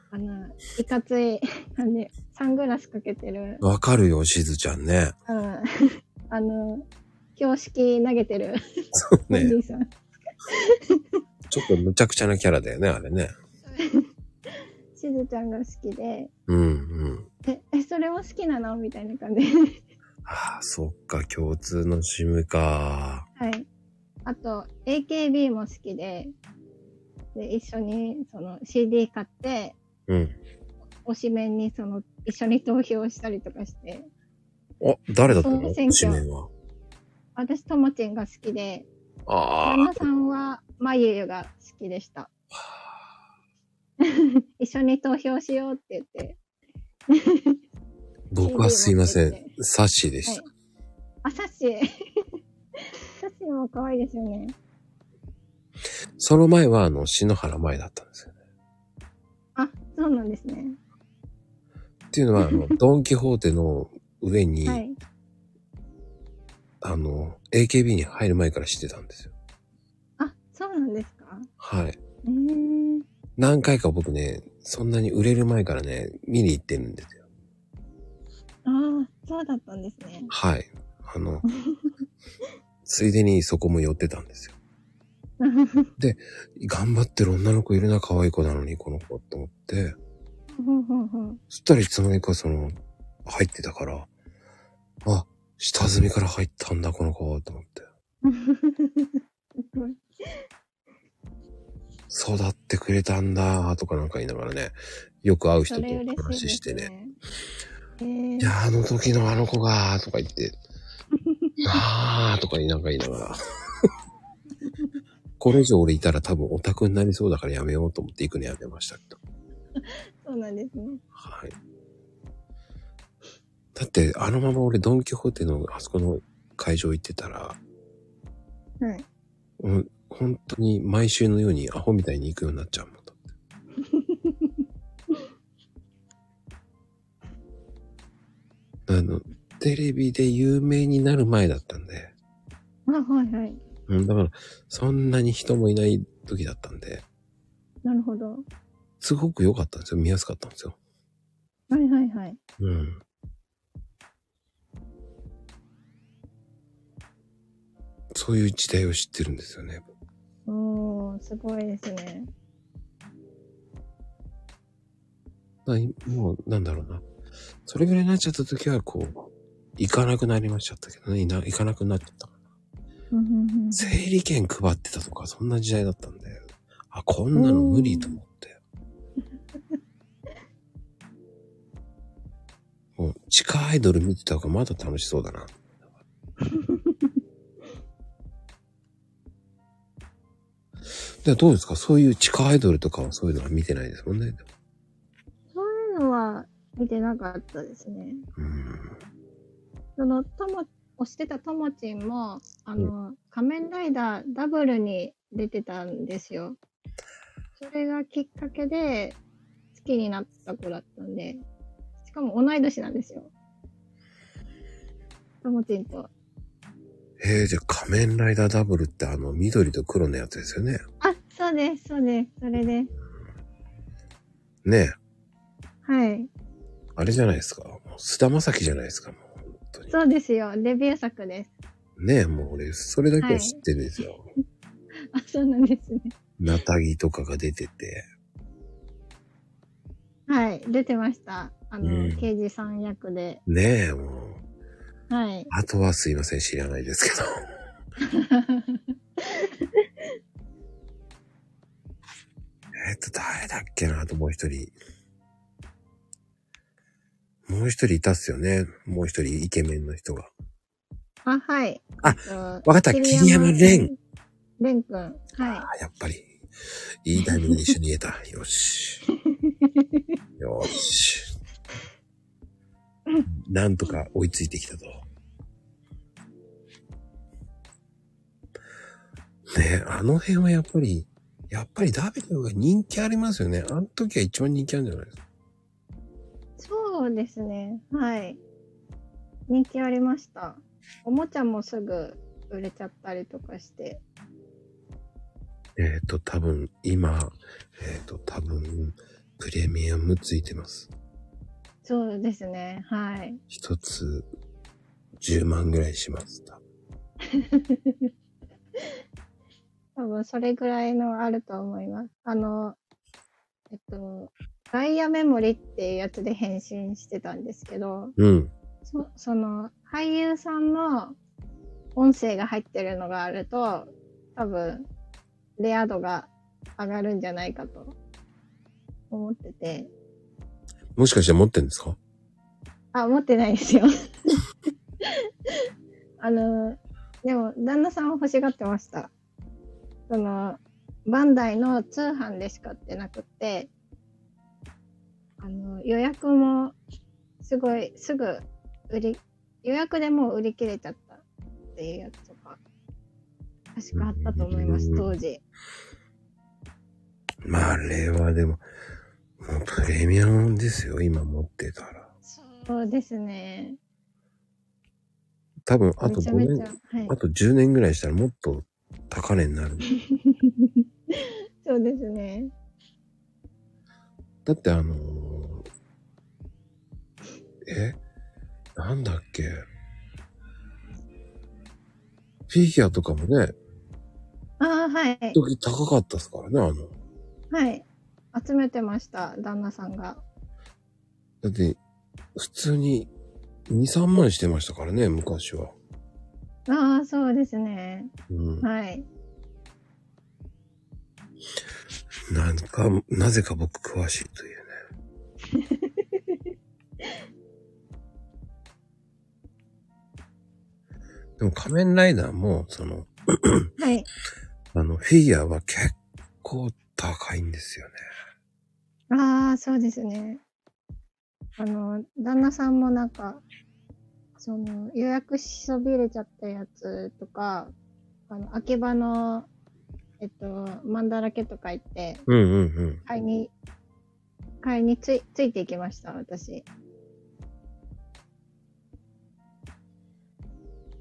Speaker 2: あのーいかつい、 なんで、サングラスかけてる、
Speaker 1: わかるよ、しずちゃんね。
Speaker 2: うん あのー標識投げてる、
Speaker 1: そう
Speaker 2: お
Speaker 1: ね。
Speaker 2: じいさん。
Speaker 1: ちょっとむちゃくちゃなキャラだよね、あれね。
Speaker 2: しずちゃんが好きで、
Speaker 1: うんうん。
Speaker 2: え、えそれも好きなのみたいな感じ。
Speaker 1: ああ、そっか、共通のシムか。
Speaker 2: はい。あと、AKB も好きで、で、一緒にその CD 買って、
Speaker 1: うん。
Speaker 2: 推しメンにその、一緒に投票したりとかして、
Speaker 1: あ、誰だったの紙
Speaker 2: 総選挙
Speaker 1: 面は。
Speaker 2: 私、ともちんが好きで、
Speaker 1: あ
Speaker 2: 旦
Speaker 1: あ
Speaker 2: 那、さんは、まゆゆが好きでした。 一緒に投票しようって言って。
Speaker 1: 僕はすいませ
Speaker 2: 持って
Speaker 1: ん。サッシーでした。
Speaker 2: あ、サッシー。 サッシーも可愛いですよね。
Speaker 1: その前は、あの、篠原前だったんですよね。
Speaker 2: あ、そうなんですね。
Speaker 1: っていうのは、あ の、ドン・キホーテの上に、
Speaker 2: はい。
Speaker 1: あの、AKB に入る前から知ってたんですよ。
Speaker 2: あ、そうなんですか。
Speaker 1: はい。
Speaker 2: えー、
Speaker 1: 何回か僕ね、そんなに売れる前からね、見に行ってるんですよ。
Speaker 2: ああ、そうだったんですね。
Speaker 1: はい。あ の、ついでにそこも寄ってたんですよ。 頑張ってる女の子いるな、可愛い子なのに、この子と思って。
Speaker 2: ほうほうほう
Speaker 1: そしたらいつの間にかその、入ってたから、あ、下積みから入ったんだ、この子、と思って。
Speaker 2: すごい
Speaker 1: 育ってくれたんだ、とかなんか言いながらね、よく会う人
Speaker 2: そ
Speaker 1: と
Speaker 2: れ嬉し
Speaker 1: 話
Speaker 2: い
Speaker 1: して
Speaker 2: で
Speaker 1: ね
Speaker 2: す。ね。えー
Speaker 1: いや、あの時のあの子が、とか言 って、あーとか言いながら言いながら。 これ以上俺いたら多分オタクになりそうだからやめようと思って行くのやめましたけど。
Speaker 2: そうなんですね。
Speaker 1: はい。だって、あのまま俺ドンキホーテのあそこの会場行ってたら、
Speaker 2: はい。
Speaker 1: うん本当に毎週のようにアホみたいに行くようになっちゃうもんだ って。あの、テレビで有名になる前だったんで、
Speaker 2: あ、はいはい。
Speaker 1: うん、だから、そんなに人もいない時だったんで、
Speaker 2: なるほど。は
Speaker 1: すごく良かったんですよ。見やすかったんですよ。
Speaker 2: いはいはい。
Speaker 1: うん。そういう時代を知ってるんですよね。
Speaker 2: おー、すごいですね。
Speaker 1: なもう、なんだろうな。それぐらいになっちゃった時は、こう、行かなくなりましちゃったけどね。いな行かなくなっちゃった。
Speaker 2: うんうんうん
Speaker 1: 整理券配ってたとか、そんな時代だったんで。あ、こんなの無理と思って。もう、地下アイドル見てた方がまだ楽しそうだな。でどうですかそういう地下アイドルとかはそういうのは見てないですもんね。
Speaker 2: そういうのは見てなかったですね。
Speaker 1: うん。
Speaker 2: その、とも、押してたともちんも、あの、仮面ライダーダブルに出てたんですよ。それがきっかけで、好きになった子だったんで、しかも同い年なんですよ。ともちんと。
Speaker 1: へえ、じゃあ仮面ライダーダブルってあの緑と黒のやつですよね。
Speaker 2: あ、そうです、そうです、それです。
Speaker 1: ねえ。
Speaker 2: はい。
Speaker 1: あれじゃないですか。もう菅田将暉じゃないですか。もう本当に。
Speaker 2: そうですよ。デビュー作です。
Speaker 1: ねえ、もう俺、それだけは知ってんですよ。
Speaker 2: あ、そうなんですね。
Speaker 1: ナタギとかが出てて。
Speaker 2: はい、出てました。あの、
Speaker 1: うん
Speaker 2: 刑事さん役で。
Speaker 1: ねえ、もう。
Speaker 2: はい。
Speaker 1: あとはすいません、知らないですけど。 えっと、誰だっけな、あともう一人。もう一人いたっすよね。もう一人イケメンの人が。
Speaker 2: あ、はい。
Speaker 1: あ
Speaker 2: えっと、わ
Speaker 1: わかった桐山蓮。
Speaker 2: 蓮くん。はい。
Speaker 1: あ、やっぱり。いいタイミングで一緒に言えた。 よし。よし。なんとか追いついてきたと。ねえあの辺はやっぱり、やっぱりダビデオが人気ありますよね。あの時は一番人気あるんじゃないですか。
Speaker 2: そうですね。はい。人気ありました。おもちゃもすぐ売れちゃったりとかして。
Speaker 1: えっ、と、多分、今、えっ、と、多分、プレミアムついてます。
Speaker 2: そうですね。はい。
Speaker 1: 一つ、10万ぐらいします。
Speaker 2: 多分それぐらいのあると思います。あの、えっと、ガイアメモリっていうやつで返信してたんですけど、
Speaker 1: うん。
Speaker 2: そその俳優さんの音声が入ってるのがあると多分レア度が上がるんじゃないかと思ってて
Speaker 1: もしかして持ってんですか
Speaker 2: あ持ってないですよ あのでも旦那さんは欲しがってましたそのバンダイの通販でしか売ってなくてあの予約もすごいすぐ売り予約でもう売り切れちゃったっていうやつとか確かあったと思います
Speaker 1: うん
Speaker 2: 当時
Speaker 1: まあ、あれはでも、もうプレミアムですよ、今持ってたら。
Speaker 2: そうですね
Speaker 1: 多分、あ
Speaker 2: め
Speaker 1: と
Speaker 2: ちゃ
Speaker 1: 5
Speaker 2: めちゃ
Speaker 1: 年、
Speaker 2: はい
Speaker 1: あと10年ぐらいしたらもっと高値になる。
Speaker 2: そうですね
Speaker 1: だってあのーえなんだっけフィギュアとかもね、
Speaker 2: ああはい
Speaker 1: 一時高かったですからね、あの。
Speaker 2: はい集めてました旦那さんが
Speaker 1: だって、普通に2、3万してましたからね、昔は。
Speaker 2: ああそうですね
Speaker 1: うん。
Speaker 2: はい
Speaker 1: なんか、なぜか僕詳しいというね。 でも仮面ライダーも、その、
Speaker 2: はい
Speaker 1: あの、フィギュアは結構高いんですよね。
Speaker 2: ああ、そうですね。あの、旦那さんもなんか、その、予約しそびれちゃったやつとか、あの、秋葉の、えっと、マンダラケとか行って、
Speaker 1: うんうん
Speaker 2: 買いに、買いについついていきました、私。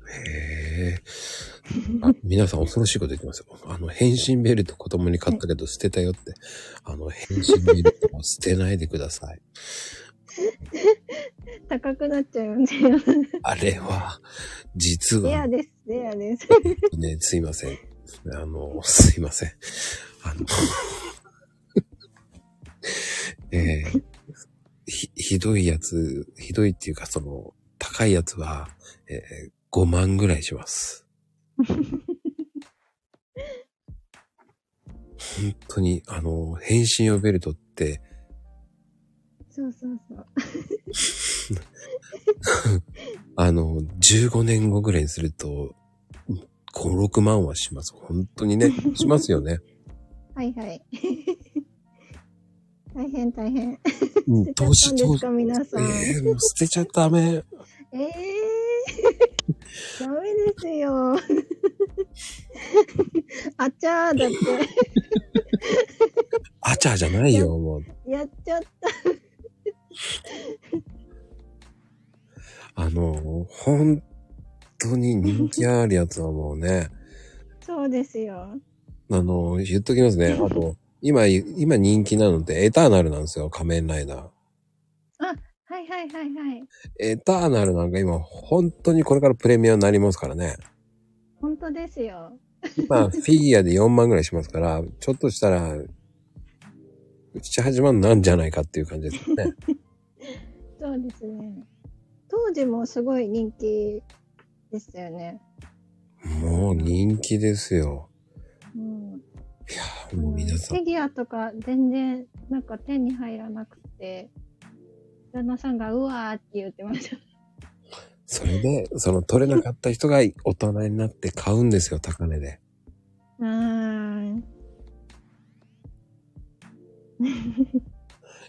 Speaker 1: うん。へえ。あ皆さん恐ろしいこと言ってますよ。あの、変身ベルト子供に買ったけど捨てたよって。あの、変身ベルトを捨てないでください。
Speaker 2: 高くなっちゃいますよ。
Speaker 1: あれは、実は。
Speaker 2: レアです、レアです。
Speaker 1: ね、すいません。あの、 すいません。あの、 えーひ、ひどいやつ、ひどいっていうか、その、高いやつは、えー5万ぐらいします。本当に、あの、変身用ベルトって、
Speaker 2: そうそうそう。
Speaker 1: あの、15年後ぐらいにすると、5、6万はします。本当にね、しますよね。
Speaker 2: はいはい。 大変大変。
Speaker 1: うん
Speaker 2: 捨てちゃったんですか、皆さん。
Speaker 1: ええもう捨てちゃダメ。
Speaker 2: ええー、 ダメですよ。 あちゃーだっ
Speaker 1: あちゃじゃないよ、もう。
Speaker 2: て、やっちゃった。
Speaker 1: あの、本当に人気あるやつはもうね、
Speaker 2: そうですよ。
Speaker 1: あの、言っときますね。あと、今、今人気なのってエターナルなんですよ、仮面ライダー。
Speaker 2: はいはいはいはいはい。
Speaker 1: エターナルなんか今、本当にこれからプレミアになりますからね。
Speaker 2: 本当ですよ。
Speaker 1: 今、フィギュアで4万ぐらいしますから、ちょっとしたら、7、8万なんじゃないかっていう感じですよね。
Speaker 2: そうですね。当時もすごい人気ですよね。
Speaker 1: もう人気ですよ。
Speaker 2: うん。
Speaker 1: もう皆さん。
Speaker 2: フィギュアとか全然なんか手に入らなくて、旦那さんがうわーって言ってました。
Speaker 1: それで、その取れなかった人が大人になって買うんですよ、高値で。
Speaker 2: うーん。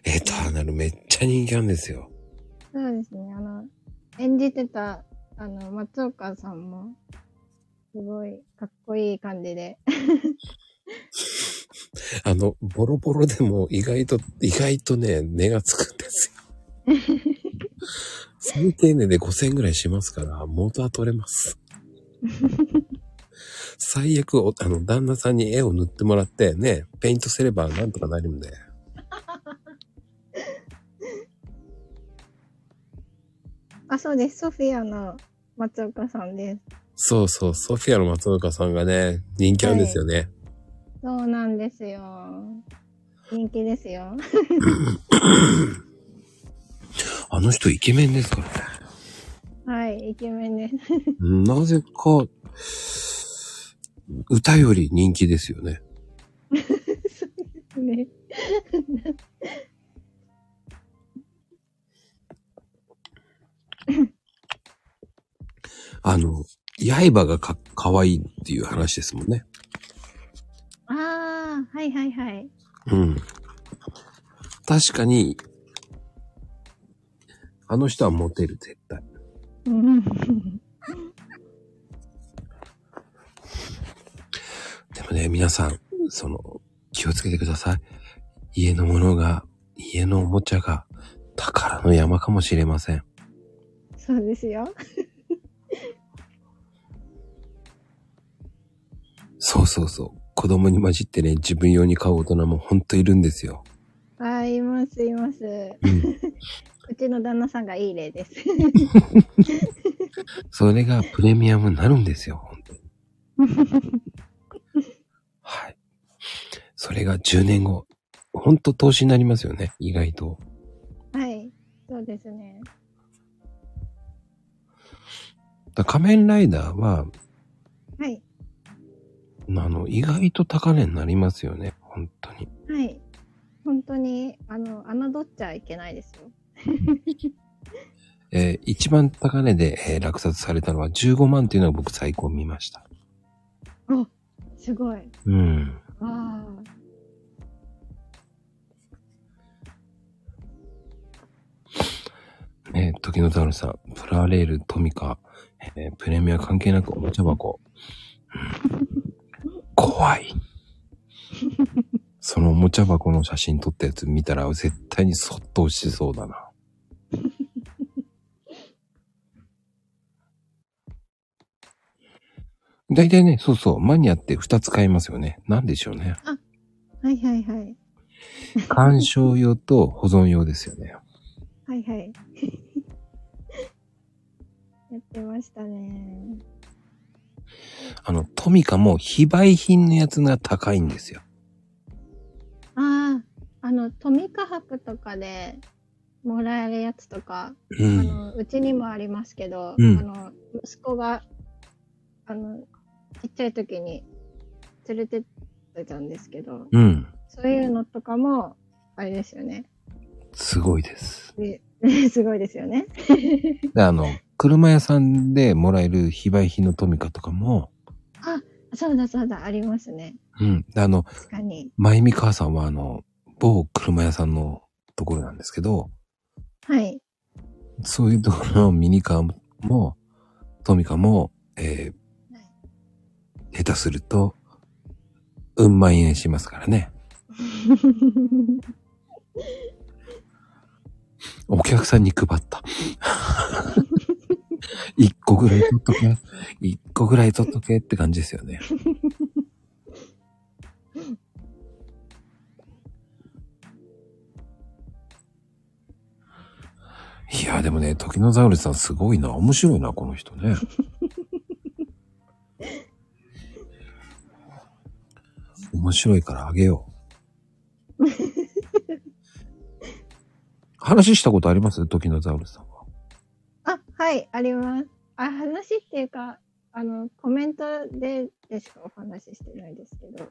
Speaker 1: エターナルめっちゃ人気なんですよ。
Speaker 2: そうですね。あの、演じてた、あの、松岡さんも、すごいかっこいい感じで。
Speaker 1: あの、ボロボロでも意外と、意外とね、値がつくんですよ。最低値で5000円ぐらいしますから、元は取れます。最悪お、あの、旦那さんに絵を塗ってもらって、ね、ペイントすればなんとかなるんで。
Speaker 2: あ、そうです。ソフィアの松岡さんです。
Speaker 1: そうそう、ソフィアの松岡さんがね、人気あるんですよね。
Speaker 2: そうなんですよ。人気ですよ。
Speaker 1: あの人イケメンですからね。
Speaker 2: はい、イケメンです。
Speaker 1: なぜか、歌より人気ですよね。
Speaker 2: ね。
Speaker 1: あの、刃がか、可愛いっていう話ですもんね。
Speaker 2: あー、はいはいはい。
Speaker 1: うん。確かに、あの人はモテる、絶対。
Speaker 2: うん
Speaker 1: でもね、皆さん、その、気をつけてください。家のものが、家のおもちゃが、宝の山かもしれません。
Speaker 2: そうですよ。
Speaker 1: そうそうそう。子供に混じってね、自分用に買う大人もほんといるんですよ。
Speaker 2: あー、いますいます。
Speaker 1: うん。
Speaker 2: うちの旦那さんがいい例です。
Speaker 1: それがプレミアムになるんですよ、本当に。はい。それが10年後、ほんと投資になりますよね、意外と。
Speaker 2: はい、そうですね。
Speaker 1: だから仮面ライダーは、
Speaker 2: はい、
Speaker 1: あの、意外と高値になりますよね、本当に。
Speaker 2: はい。本当に、あの、侮っちゃいけないですよ。
Speaker 1: えー一番高値で、えー落札されたのは15万っていうのが僕最高見ました。
Speaker 2: すごい。
Speaker 1: うん。
Speaker 2: あ
Speaker 1: ね、時のタオルさん、プラレール、トミカ、えープレミア関係なくおもちゃ箱。うん、怖い。そのおもちゃ箱の写真撮ったやつ見たら絶対にそっと押しそうだな。大体ね、そうそう、マニアって2つ買いますよね。なんでしょうね。
Speaker 2: あ、はいはいはい。
Speaker 1: 鑑賞用と保存用ですよね。
Speaker 2: はいはい。 やってましたね。
Speaker 1: あの、トミカも非売品のやつが高いんですよ。
Speaker 2: ああ、あの、トミカ博とかでもらえるやつとか、
Speaker 1: う。
Speaker 2: うんのうちにもありますけど、
Speaker 1: うん
Speaker 2: あの息子があのちっちゃい時に連れてってたんですけど
Speaker 1: うん。
Speaker 2: そういうのとかもあれですよね
Speaker 1: すごいです。
Speaker 2: ですごいですよね
Speaker 1: で、あの、車屋さんでもらえる非売品のトミカとかも、
Speaker 2: そうだそうだありますね
Speaker 1: うん。であの、
Speaker 2: 確かに
Speaker 1: まゆみ母さんはあの、某車屋さんのところなんですけど、
Speaker 2: はい
Speaker 1: そういうところのミニカーも、トミカも、えー、下手すると、うん万円しますからね。お客さんに配った。 一個ぐらい取っとけ。一個ぐらい取っとけって感じですよね。いや、でもね、時のザウルスさんすごいな。面白いな、この人ね。面白いからあげよう。話したことあります時のザウルスさんは。
Speaker 2: あ、はい、あります。あ、話っていうか、あの、コメントででしかお話ししてないですけど、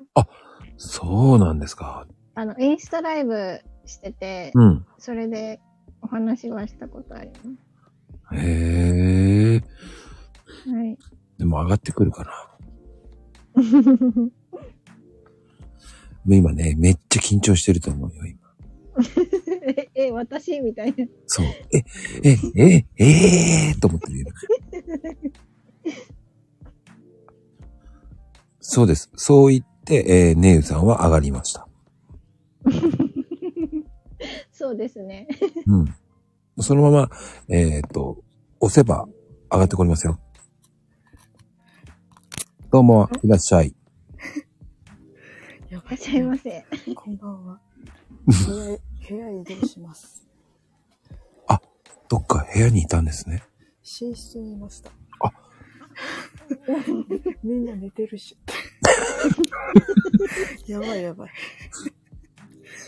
Speaker 1: そうなんですか。
Speaker 2: あの、インスタライブしてて、
Speaker 1: うん。
Speaker 2: それでお話はしたことありま
Speaker 1: へえ。
Speaker 2: す。はい。
Speaker 1: でも上がってくるかな。今ね、めっちゃ緊張してると思うよ、今。
Speaker 2: え、え、私みたいな。
Speaker 1: そう。え、え、え、ええー、と思ってるよ。そうです。そう言って、えー、ネウさんは上がりました。
Speaker 2: そうですね。
Speaker 1: うん。そのまま、えーっと、押せば上がってこりますよ。どうも、いらっしゃい。
Speaker 3: やば
Speaker 2: いらっしゃいませ。
Speaker 3: こんば んは。部屋へ、部屋へ移動します。
Speaker 1: どっか部屋にいたんですね。
Speaker 3: 寝室にいました。
Speaker 1: あ
Speaker 3: みんな寝てるし。やばいやばい。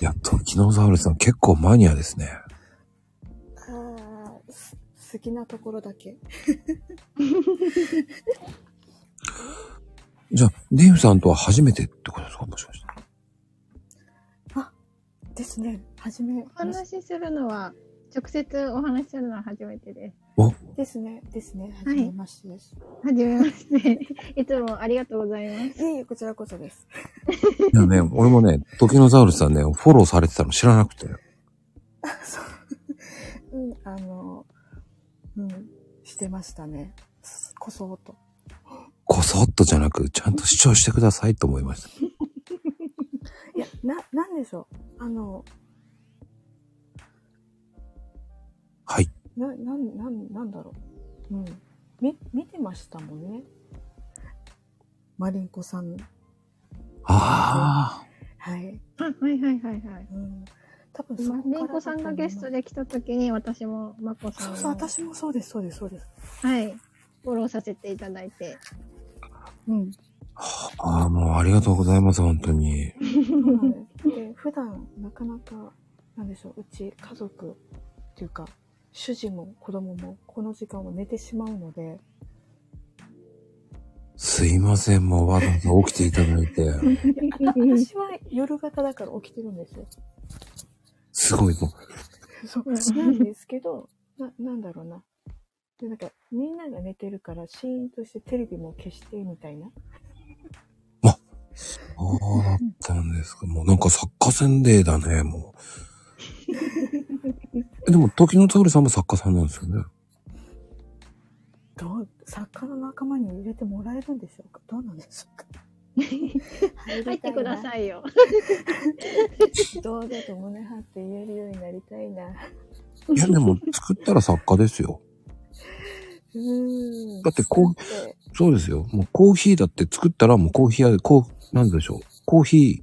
Speaker 1: いや、トキノザウルスさん結構マニアですね。
Speaker 3: あーす好きなところだけ。
Speaker 1: じゃあ、ネウさんとは初めてってことですかもしかして。
Speaker 3: ですね。はじめ
Speaker 2: お話しするのは、直接お話しするのは初めてです。
Speaker 3: ですね。ですね。は
Speaker 2: は
Speaker 3: じ
Speaker 2: い
Speaker 3: めましてです。
Speaker 2: はじめまして。いつもありがとうございます。
Speaker 3: いえいえ、こちらこそです。
Speaker 1: いやね、俺もね、トキノザウルスさんね、フォローされてたの知らなくて。
Speaker 3: あそう。うん、あの、うん、してましたね。こそっと。
Speaker 1: こそっとじゃなく、ちゃんと主張してくださいと思いました。
Speaker 3: いや、な、なんでしょう。あの、
Speaker 1: はい。
Speaker 3: な、なん、なん、なんだろう。うん。み、見てましたもんね。マリンコさん。
Speaker 1: ああ。
Speaker 3: はい。
Speaker 2: あ、はいはいはいはい。
Speaker 3: うん。多分そ
Speaker 2: ま
Speaker 3: こから
Speaker 2: めいこさんがゲスト
Speaker 3: で。
Speaker 2: で来た時に、私もまこさん
Speaker 3: そう
Speaker 2: を
Speaker 3: そう、私もそうです、そうです、そ うです。
Speaker 2: はい。フォローさせていただいて。
Speaker 3: うん。
Speaker 1: ああ、もうありがとうございます、本当に。
Speaker 3: で、普段、なかなか、なんでしょう、うち家族っていうか、主人も子供も、この時間を寝てしまうので、
Speaker 1: すいません、もうわざわざ起きていただいて。
Speaker 3: いやあ私は夜型だから起きてるんですよ。
Speaker 1: すごい、もう、
Speaker 3: そう
Speaker 2: うん
Speaker 3: なんですけど、な、なんだろうな。で、なんか、みんなが寝てるから、シーンとしてテレビも消して、みたいな。
Speaker 1: そうだったんですか。もうなんか作家宣伝だね、もう。えでも、時のタオルさんも作家さんなんですよね。
Speaker 3: どう、作家の仲間に入れてもらえるんでしょうかどうなんでしょうか入
Speaker 2: 入ってくだ
Speaker 3: い
Speaker 2: さいよ。
Speaker 3: な。どうだと胸張って言えるようになりたいな。
Speaker 1: いや、でも、作ったら作家ですよ。
Speaker 3: うーん。
Speaker 1: だってこう
Speaker 3: って
Speaker 1: そうですよ。もうコーヒーだって作ったらもうコーヒー屋で、こう、なんでしょう。コーヒー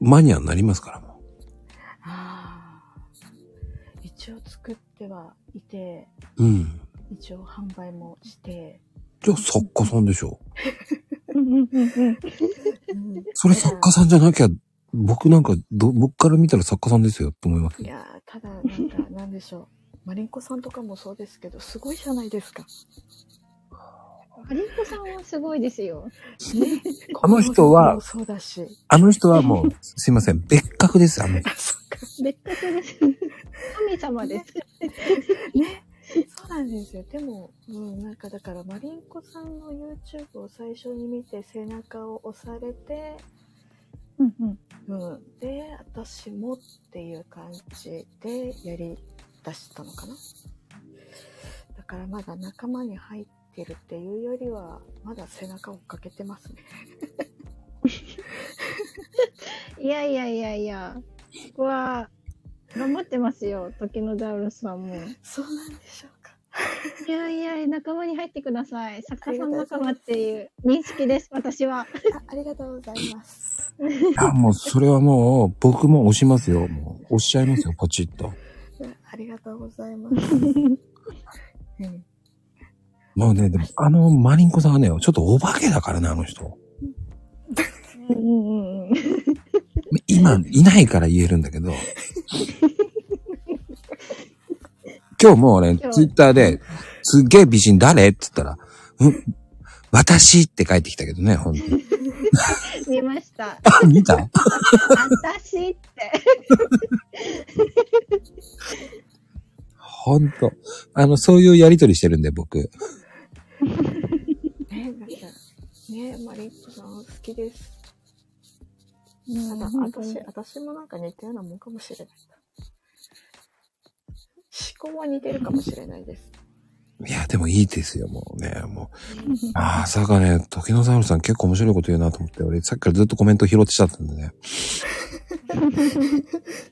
Speaker 1: マニアになりますからも
Speaker 3: あー一応作ってはいて、
Speaker 1: う。うん。
Speaker 3: 一応販売もして、
Speaker 1: じゃあ作家さんでしょう。
Speaker 3: うん
Speaker 1: それ作家さんじゃなきゃ、僕なんかど、僕から見たら作家さんですよって思います
Speaker 3: い
Speaker 1: よ。
Speaker 3: やー、ただ、なんか、なんでしょう。マリンコさんとかもそうですけど、すごいじゃないですか。
Speaker 2: ハリンコさんはすごいですよ。
Speaker 3: ね、
Speaker 1: あの人は
Speaker 3: この人もそうだし。
Speaker 1: あの人は もう、すいません、別格です、あの人。
Speaker 3: あ、そっか。
Speaker 2: 別格です。神様です。
Speaker 3: ね。そうなんですよ。でも、うん、なんかだから、マリンコさんの YouTube を最初に見て、背中を押されて、
Speaker 2: うんうん。
Speaker 3: うん。で、私もっていう感じでやり出したのかな。だからまだ仲間に入ってるっていうよりは、まだ背中を追っかけてますね。
Speaker 2: いやいやいやいや。ここは、頑張ってますよ。時のダウルスさんも。
Speaker 3: そうなんでしょうか。
Speaker 2: いやいや、仲間に入ってください。作家さん仲間っていう認識です、私は。
Speaker 3: あありがとうございます。
Speaker 1: いや、もうそれはもう、僕も押しますよ。もう、押しちゃいますよ、ポチッと。
Speaker 3: うありがとうございます。 うん、
Speaker 1: もうね、でも、あの、マリンコさんはね、ちょっとお化けだからね、あの人。
Speaker 2: うんうんうん。
Speaker 1: 今、いないから言えるんだ けど。今日もうね、
Speaker 2: 今日
Speaker 1: ツイッターで、すっげえ美人誰って言ったら、うん、私って帰ってきたけどね、本当 に。
Speaker 2: 見ました。
Speaker 1: あ、見た
Speaker 2: 私って。
Speaker 1: 本当あの、そういうやりとりしてるんで、僕。
Speaker 3: ねなんか、ねマリックさん好きです。
Speaker 2: う
Speaker 3: た
Speaker 2: ん
Speaker 3: だ、
Speaker 2: 本当に
Speaker 3: 私、私もなんか似たようなもんかもしれない。思考は似てるかもしれないです。
Speaker 1: いや、でもいいですよ、もうね、もう。まさかね、時のサウルさん結構面白いこと言うなと思って、俺さっきからずっとコメント拾ってきちゃったんでね。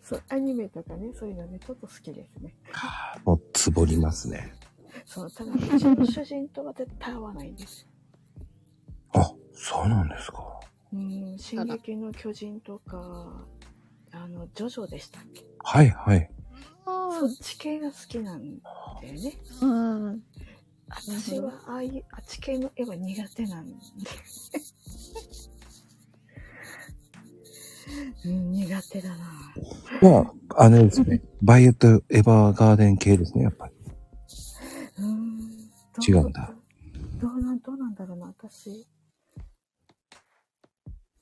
Speaker 3: そう、アニメとかね、そういうのね、ちょっと好きですね。
Speaker 1: もう、つぼりますね。
Speaker 3: そう、ただ、うちの主人とは絶対合わないんです。
Speaker 1: あ、そうなんですか。
Speaker 3: うん、進撃の巨人とか、あの、ジョジョでしたっけ
Speaker 1: はい、はい。
Speaker 3: そっち系が好きなんだよね。
Speaker 2: うん。
Speaker 3: 私はああいう、あっち系の絵は苦手なんで。うん、苦手だな。
Speaker 1: まあ、あのですね、バイエット・エヴァーガーデン系ですね、やっぱり。
Speaker 3: うん。ど
Speaker 1: 違うんだ。
Speaker 3: どうなん、どうなんだろうな、私。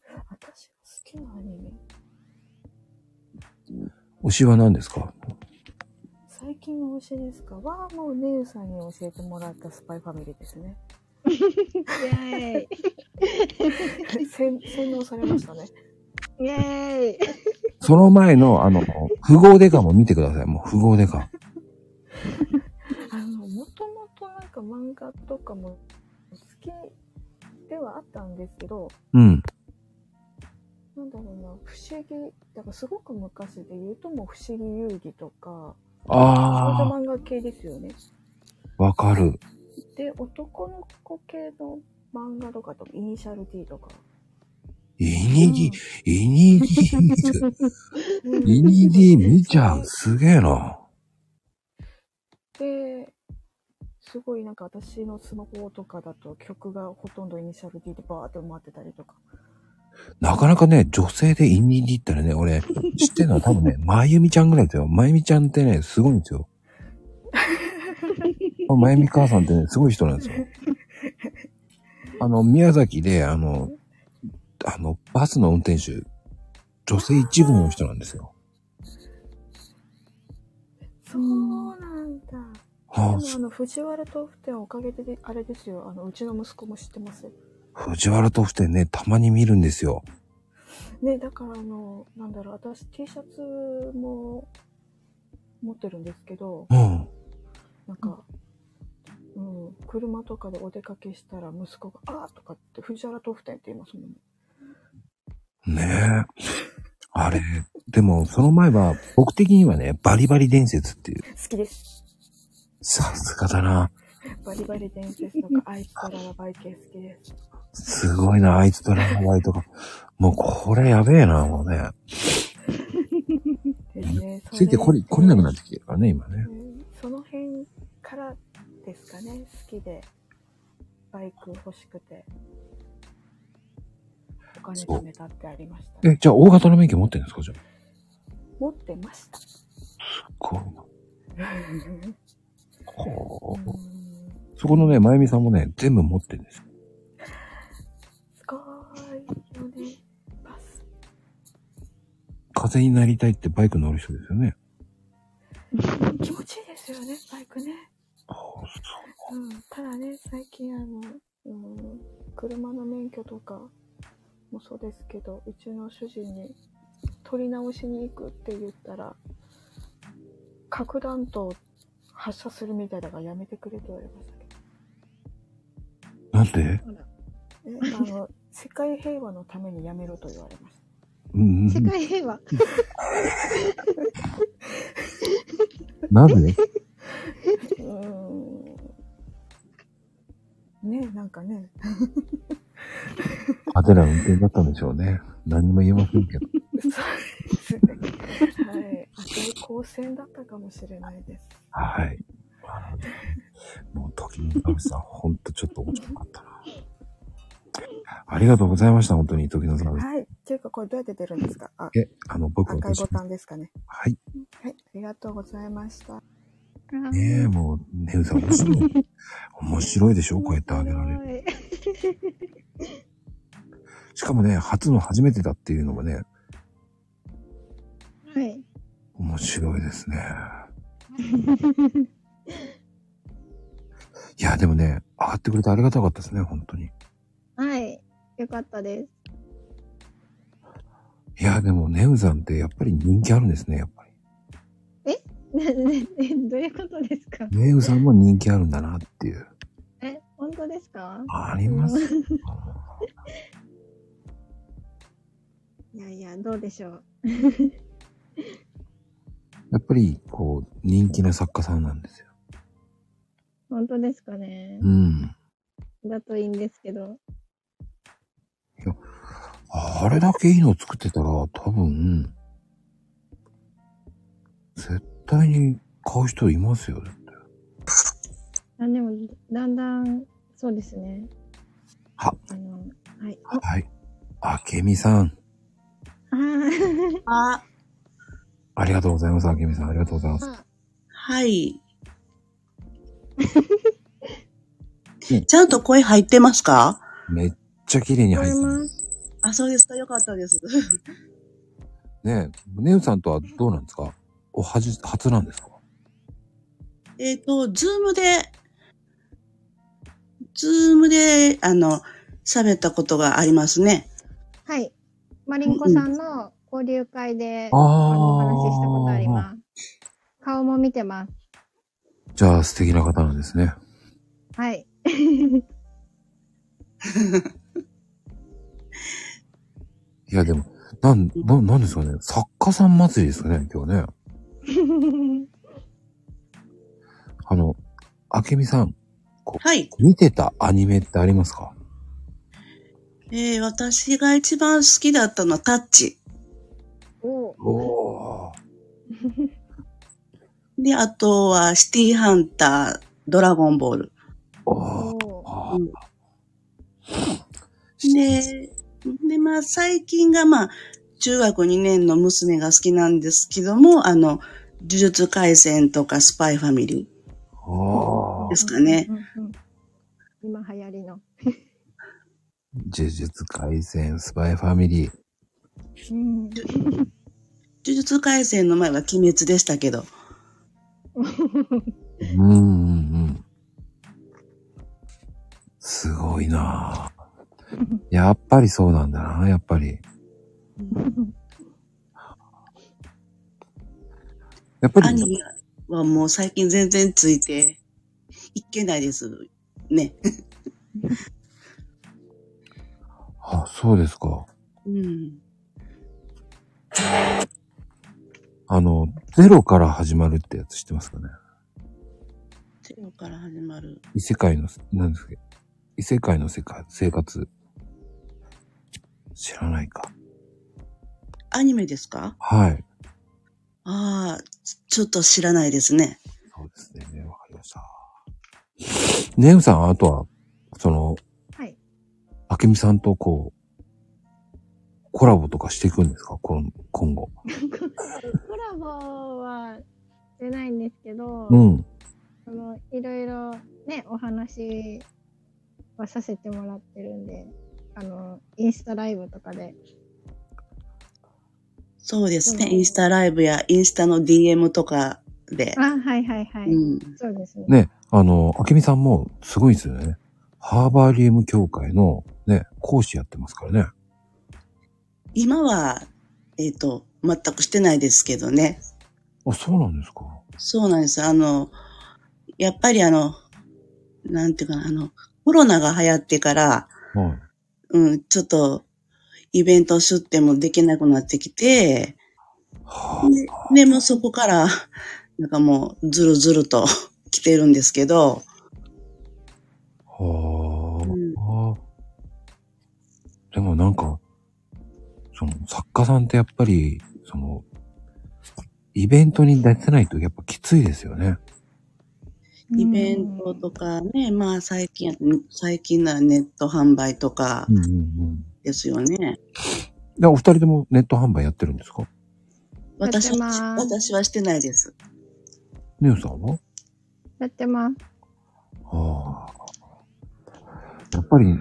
Speaker 3: 私が好きなアニメ。
Speaker 1: 推しは何ですか
Speaker 3: 最近の推しですかは、もうネイルさんに教えてもらったスパイファミリーですね。
Speaker 2: イェーイ。
Speaker 3: 洗洗脳されましたね。
Speaker 2: イェーイ。
Speaker 1: その前の、あの、富豪デカも見てください。もう富豪デカ。
Speaker 3: あの、もともとなんか漫画とかも好きではあったんですけど、
Speaker 1: うん。
Speaker 3: なんだろうな、不思議、だからすごく昔で言うともう不思議遊戯とか、少
Speaker 1: あ
Speaker 3: 女漫画系ですよね。
Speaker 1: あ、わかる。
Speaker 3: で、男の子系の漫画とかと、イニシャル D とか。
Speaker 1: イニディ、イニディ見ちゃう。
Speaker 3: うん
Speaker 1: イニディ見ちゃう。すげえな。
Speaker 3: で、すごいなんか私のスマホとかだと曲がほとんどイニシャル D でバーって回ってたりとか。
Speaker 1: なかなかね、女性でイニディったらね、俺、知ってるのは多分ね、 まゆみちゃんぐらいですよ。まゆみちゃんってね、すごいんですよ。まゆみ母さんってね、すごい人なんですよ。あの、宮崎で、あの、あの、バスの運転手、女性一部の人なんですよ。
Speaker 3: そうなんだ。
Speaker 1: は
Speaker 3: でもあの、藤原豆腐店おかげで、あれですよ、あの、うちの息子も知ってますよ。
Speaker 1: あ、藤原としてね、たまに見るんですよ。
Speaker 3: ね、だからあの、なんだろう、私 T シャツも持ってるんですけど、
Speaker 1: うん。
Speaker 3: なんか、うん、車とかでお出かけしたら息子が、あーとかって、藤原豆腐店って言いますもんね。
Speaker 1: ねえ。あれ、でも、その前は、僕的にはね、バリバリ伝説っていう。
Speaker 3: 好きです。
Speaker 1: さすがだな。
Speaker 3: バリバリ伝説と か、アイスとララバイ系好きです。
Speaker 1: すごいな、あいつとララバイとか。もうこれやべえな、もうね。
Speaker 3: ですね。
Speaker 1: ついてこれ、これなくなってきてるからね、今ね。
Speaker 3: うんその辺からですかね、好きで。バイク欲しくて。お金
Speaker 1: そう
Speaker 3: 貯めたってありました。
Speaker 1: え、じゃあ大型の免許持ってるんですかじゃあ。
Speaker 3: 持ってま した。
Speaker 1: こう
Speaker 3: うん
Speaker 1: こう。そこのね、まゆみさんもね、全部持ってるんですよ。
Speaker 3: すごいよね。バス。
Speaker 1: 風になりたいってバイク乗る人ですよね。
Speaker 3: 気持ちいいですよね、バイクね。
Speaker 1: ああそう
Speaker 3: うん、ただね、最近あの、うん、車の免許とかもそうですけど、うちの主人に取り直しに行くって言ったら、核弾頭発射するみたいだからやめてくれと言われましたけ
Speaker 1: なんで
Speaker 3: ど、え あの、世界平和のためにやめろと言われまし
Speaker 1: うんう
Speaker 2: 世
Speaker 1: ん。
Speaker 2: 界平和。
Speaker 1: な ぜ
Speaker 3: た。うん。ねなんかね、
Speaker 1: あてら運転だったんでしょうね。何も言えませんけど。
Speaker 3: ですね。はい。赤い光線だったかもしれないです。
Speaker 1: はい。あのもう、時の神さん、ほんとちょっと面白かったな。ありがとうございました、本当に、時の神さん。
Speaker 3: はい。っていうか、これどうやって出るんですかあ、
Speaker 1: え、あの、僕の
Speaker 3: 赤いボタンですかね。
Speaker 1: はい。
Speaker 3: はい。ありがとうございました。
Speaker 2: あ
Speaker 1: ねえ、もう、ねうさん、面白い。面白いでしょ、こうやってあげられる。
Speaker 2: る。
Speaker 1: しかもね、初の初めてだっていうのもね、
Speaker 2: はい。
Speaker 1: 面白いですね。いや、でもね、上がってくれてありがたかったですね、本当に。
Speaker 2: はい。よかったです。
Speaker 1: いや、でも、ネウさんってやっぱり人気あるんですね、やっぱり。
Speaker 2: ねねねどういうことですか
Speaker 1: ネウさんも人気あるんだなっていう。
Speaker 2: え、本当ですか
Speaker 1: あります。
Speaker 2: いやいや、どうでしょう。
Speaker 1: やっぱり、こう、人気な作家さんなんですよ。
Speaker 2: 本当ですかね
Speaker 1: う。ん。
Speaker 2: だといいんですけど。
Speaker 1: あれだけいいの作ってたら、多分、絶対に買う人いますよね。
Speaker 2: あでも、だんだん、そうですね。
Speaker 1: は、
Speaker 2: あの、はい。
Speaker 1: はい。あけみさん。
Speaker 2: あー
Speaker 4: あ、
Speaker 1: ありがとうございます、あけみさん。ありがとうございます。
Speaker 2: あ、
Speaker 4: はい
Speaker 1: うん。
Speaker 4: ちゃんと声入ってますか
Speaker 1: めっちゃ綺麗に
Speaker 2: 聞
Speaker 1: 入
Speaker 2: こ
Speaker 1: っ
Speaker 2: え
Speaker 1: てま。
Speaker 2: ますす。
Speaker 4: あ、そうですか。よかったです。
Speaker 1: ねえ、ねうさんとはどうなんですかおはじ、初なんですか
Speaker 4: えっと、ズームで、ズームで、あの、喋ったことがありますね。
Speaker 2: はい。マリンコさんの交流会で、
Speaker 1: あ
Speaker 2: あ
Speaker 1: あ
Speaker 2: の、お話ししたことあります。顔も見てます。
Speaker 1: じゃあ素敵な方なんですね。
Speaker 2: はい。
Speaker 1: いや、でも、なん、な、なんですかね。作家さん祭りですかね、今日ね。あの、あけみさん、
Speaker 4: はい。
Speaker 1: 見てたアニメってありますか
Speaker 4: えー私が一番好きだったのはタッチ。
Speaker 2: おー
Speaker 1: おー。
Speaker 4: で、あとはシティハンター、ドラゴンボール。
Speaker 1: おー。
Speaker 2: おー
Speaker 1: あー
Speaker 4: うんで、で、まあ、最近が、まあ、中学2年の娘が好きなんですけども、あの、呪術廻戦とかスパイファミリ
Speaker 1: あ
Speaker 4: で
Speaker 1: ー。
Speaker 4: すかね。
Speaker 2: うんうんうん今流行りの。
Speaker 1: 呪術廻戦、スパイファミリー。
Speaker 2: うん。
Speaker 4: ー。呪術廻戦の前は鬼滅でしたけど。
Speaker 1: うんうんうん。すごいなぁやっぱりそうなんだなやっぱり。やっぱ
Speaker 4: 兄
Speaker 1: り、
Speaker 4: 貴はもう最近全然ついていけないです。ね。
Speaker 1: あ、そうですか。
Speaker 4: うん。
Speaker 1: あの、ゼロから始まるってやつ知ってますかね
Speaker 4: ゼロから始まる。
Speaker 1: 異世界の、なんですか異世界の世界、生活。知らないか。
Speaker 4: アニメですか
Speaker 1: はい。
Speaker 4: ああ、ちょっと知らないですね。
Speaker 1: そうですね。わかりました。ねうさん、あとは、その、
Speaker 2: はい。
Speaker 1: あけみさんとこう、コラボとかしていくんですか今今後。
Speaker 2: コラボはしてないんですけど、
Speaker 1: うん。
Speaker 2: そのいろいろね、お話はさせてもらってるんで、あの、インスタライブとかで。
Speaker 4: そうですね。
Speaker 2: うん
Speaker 4: インスタライブやインスタの DM とかで。
Speaker 2: あ、はいはいはい。
Speaker 4: うん。
Speaker 2: そうですね。
Speaker 1: ね、あの、あけみさんもすごいですよね。ハーバリウム協会のね、講師やってますからね。
Speaker 4: 今は、えっ、と、全くしてないですけどね。
Speaker 1: あ、そうなんですか。
Speaker 4: そうなんです。あの、やっぱりあの、なんていうかな、あの、コロナが流行ってから、
Speaker 1: はい。
Speaker 4: うん、ちょっと、イベント出店もできなくなってきて、
Speaker 1: は
Speaker 4: で、もうそこから、なんかもう、ずるずると 来てるんですけど、
Speaker 1: あ。は
Speaker 4: うん
Speaker 1: あ。でもなんか、その作家さんってやっぱり、その、イベントに出せないとやっぱきついですよね。
Speaker 4: イベントとかね、まあ最近や、最近ならネット販売とか
Speaker 1: うんうんうん。
Speaker 4: ですよね。
Speaker 1: で、お二人ともネット販売やってるんですか
Speaker 2: やって
Speaker 4: 私は
Speaker 2: ま、す
Speaker 4: 私はしてないです。
Speaker 1: ネオさんは
Speaker 2: やってます。
Speaker 1: ああ。やっぱり、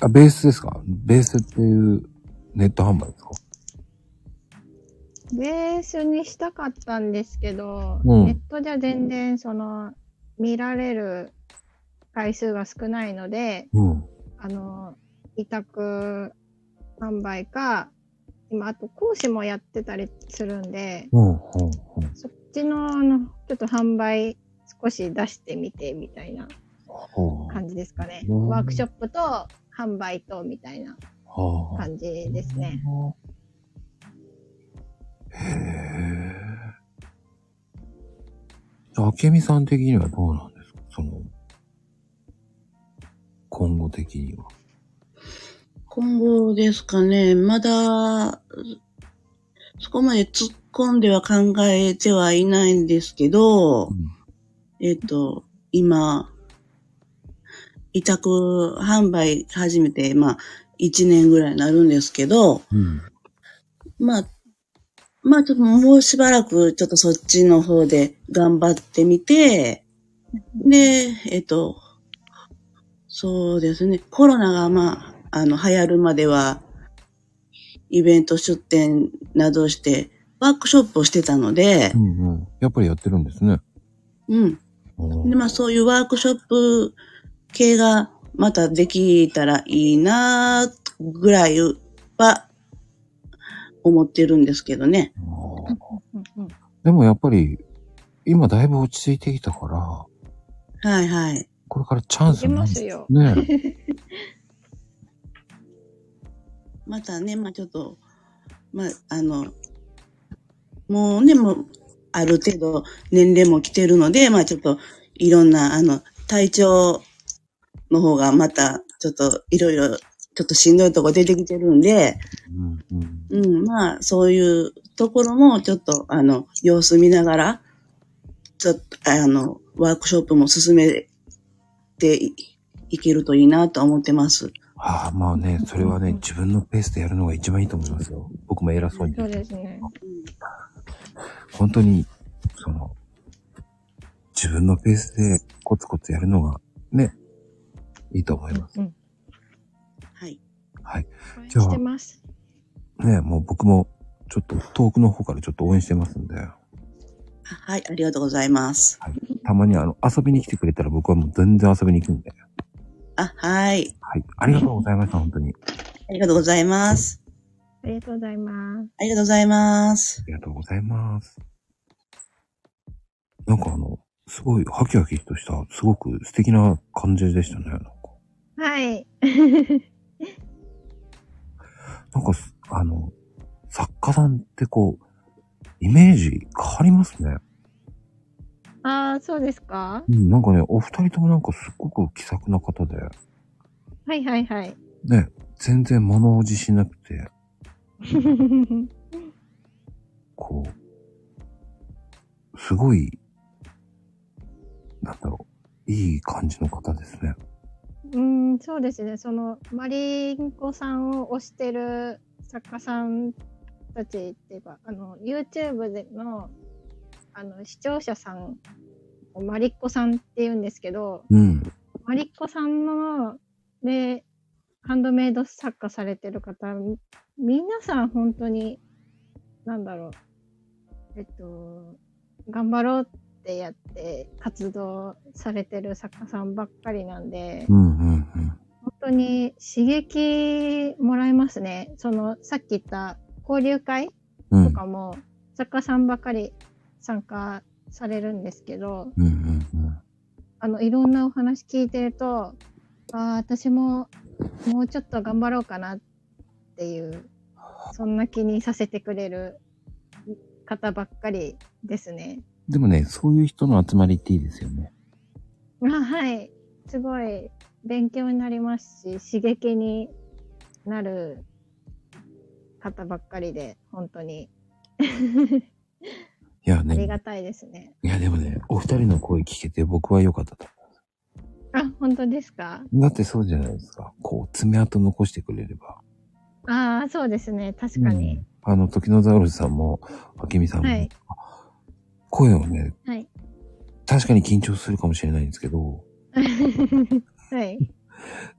Speaker 1: あ、ベースですかベースっていうネット販売ですか
Speaker 2: ベースにしたかったんですけど、
Speaker 1: うん
Speaker 2: ネットじゃ全然その見られる回数が少ないので、
Speaker 1: うん。
Speaker 2: あの、委託販売か、今、あと講師もやってたりするんで、
Speaker 1: うん、うん、うん。
Speaker 2: そっちの、あの、ちょっと販売少し出してみてみたいな
Speaker 1: は
Speaker 2: 感じですかね。
Speaker 1: うん
Speaker 2: ワークショップと販売とみたいな
Speaker 1: あ。はあ。
Speaker 2: 感じですね。
Speaker 1: へえ。あけみさん的にはどうなんですかその、今後的には。
Speaker 4: 今後ですかね、まだ、そこまで突っ込んでは考えてはいないんですけど、えっ、と、今、委託販売始めて、まあ、1年ぐらいになるんですけど、
Speaker 1: うん。
Speaker 4: まあ、まあ、ちょっともうしばらく、ちょっとそっちの方で頑張ってみて、で、えっ、と、そうですね、コロナがまあ、あの、流行るまでは、イベント出店などして、ワークショップをしてたので
Speaker 1: う、んうん。やっぱりやってるんですね。
Speaker 4: うん、
Speaker 1: うん
Speaker 4: で、まあそういうワークショップ系がまたできたらいいなぐらいは思ってるんですけどね。
Speaker 2: うんうん
Speaker 1: でもやっぱり、今だいぶ落ち着いてきたから、
Speaker 4: はいはい。
Speaker 1: これからチャンス
Speaker 2: いけますよ。
Speaker 1: ね。
Speaker 4: またね、まあちょっと、まああの、もうね、もうある程度年齢も来てるので、まあちょっといろんな、あの、体調の方がまたちょっといろいろちょっとしんどいとこ出てきてるんで、
Speaker 1: うんうん
Speaker 4: うん、まあ、そういうところも、ちょっと、あの、様子見ながら、ちょっと、あの、ワークショップも進めていいけるといいなとは思ってます。
Speaker 1: ああ、まあね、それはね、自分のペースでやるのが一番いいと思いますよ。僕も偉そうに
Speaker 2: そうですね。
Speaker 1: 本当に、その、自分のペースでコツコツやるのが、ね、いいと思います。
Speaker 2: うん。
Speaker 4: はい。
Speaker 1: はい。
Speaker 2: 応援
Speaker 1: じゃあ
Speaker 2: してます。
Speaker 1: ね、もう僕も、ちょっと遠くの方からちょっと応援してますんで、
Speaker 4: あはい、ありがとうございます。
Speaker 1: たまにあの、遊びに来てくれたら僕はもう全然遊びに行くんで。
Speaker 4: あ、はい。
Speaker 1: はい。ありがとうございました、本当に。あ
Speaker 4: ありがとうございます。
Speaker 2: ありがとうございます。
Speaker 4: ありがとうございます。
Speaker 1: りがとうございます。なんかあの、すごいハキハキとした、すごく素敵な感じでしたね。なんか、
Speaker 2: はい。
Speaker 1: なんかすあの、作家さんってこう、イメージ変わりますね。
Speaker 2: ああ、そうですか
Speaker 1: うん、なんかね、お二人ともなんかすっごく気さくな方で、
Speaker 2: はいはいはい。
Speaker 1: ね、全然物おじしなくて、こう、すごい、なんだろう、いい感じの方ですね。
Speaker 2: うん、そうですね。その、マリンコさんを推してる作家さんたちっていうか、あの、YouTube での、あの、視聴者さんをマリッコさんって言うんですけど、
Speaker 1: うん。
Speaker 2: マリッコさんの、で、ハンドメイド作家されてる方、み皆さん本当に、なんだろう、えっと、頑張ろうってやって活動されてる作家さんばっかりなんで、
Speaker 1: うんうんうん。
Speaker 2: 本当に刺激もらえますね。その、さっき言った交流会
Speaker 1: う
Speaker 2: と
Speaker 1: ん。
Speaker 2: かも、作家さんばっかり参加されるんですけど、
Speaker 1: うんうんうん。
Speaker 2: あの、いろんなお話聞いてると、ああ、私ももうちょっと頑張ろうかなっていう、そんな気にさせてくれる方ばっかりですね。
Speaker 1: でもね、そういう人の集まりっていいですよね。
Speaker 2: あはい。すごい勉強になりますし、刺激になる方ばっかりで、本当に
Speaker 1: いや
Speaker 2: ありが
Speaker 1: ね、
Speaker 2: たいですね。
Speaker 1: いやでもね、お二人の声聞けて僕は良かったと
Speaker 2: あ、本当ですか
Speaker 1: 思う。だってそうじゃないですか。こう、爪痕残してくれれば。
Speaker 2: ああ、そうですね。確か
Speaker 1: う
Speaker 2: に
Speaker 1: ん。あの、時のザウルスさんも、あけみさんも、
Speaker 2: はい
Speaker 1: 声をね、
Speaker 2: はい。
Speaker 1: 確かに緊張するかもしれないんですけど、
Speaker 2: はい。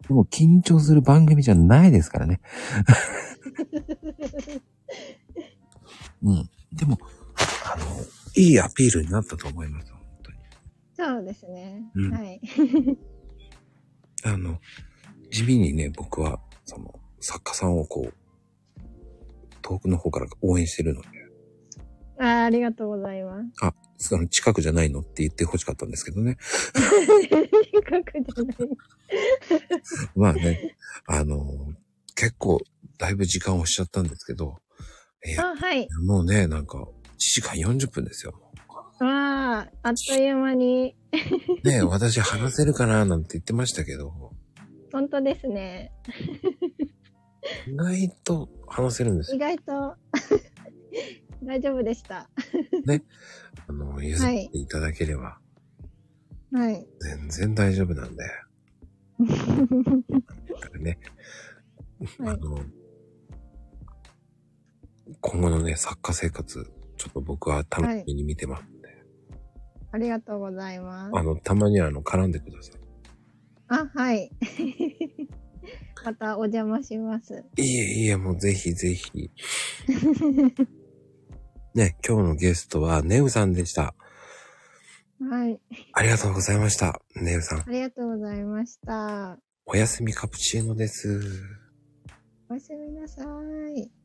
Speaker 1: でも緊張する番組じゃないですから ね。うん。でも、あの、いいアピールになったと思います、本当に。
Speaker 2: そうですね。
Speaker 1: うん
Speaker 2: はい。
Speaker 1: あの、地味にね、僕は、その、作家さんをこう、遠くの方から応援してるので、
Speaker 2: ああ、ありがとうございます。
Speaker 1: あ、その近くじゃないのって言って欲しかったんですけどね。
Speaker 2: 書くじゃない。
Speaker 1: まあね、あの、結構、だいぶ時間を押しちゃったんですけど、えー
Speaker 2: あ、はい。
Speaker 1: もうね、なんか、1時間40分ですよ。
Speaker 2: わあ、あっという間に。
Speaker 1: ね私話せるかななんて言ってましたけど、
Speaker 2: 本当ですね。
Speaker 1: 意外と話せるんです
Speaker 2: 意
Speaker 1: よ。
Speaker 2: 外と 大丈夫でした。
Speaker 1: あの、譲っていただければ、
Speaker 2: はい。
Speaker 1: 全然大丈夫なん で。だからね、あ
Speaker 2: はい
Speaker 1: の、今後のね、作家生活、ちょっと僕は楽しみに見てますんで、
Speaker 2: ありがとうございます。
Speaker 1: あの、たまにはあの、絡んでくださ
Speaker 2: あ、はい。 またお邪魔します。
Speaker 1: い。いえいえ、もうぜひぜひ。 ね、今日のゲストはネウさんでした。
Speaker 2: はい。
Speaker 1: ありがとうございました。ネウさん、
Speaker 2: ありがとうございました。
Speaker 1: おやすみカプチーノです。
Speaker 2: おやすみなさい。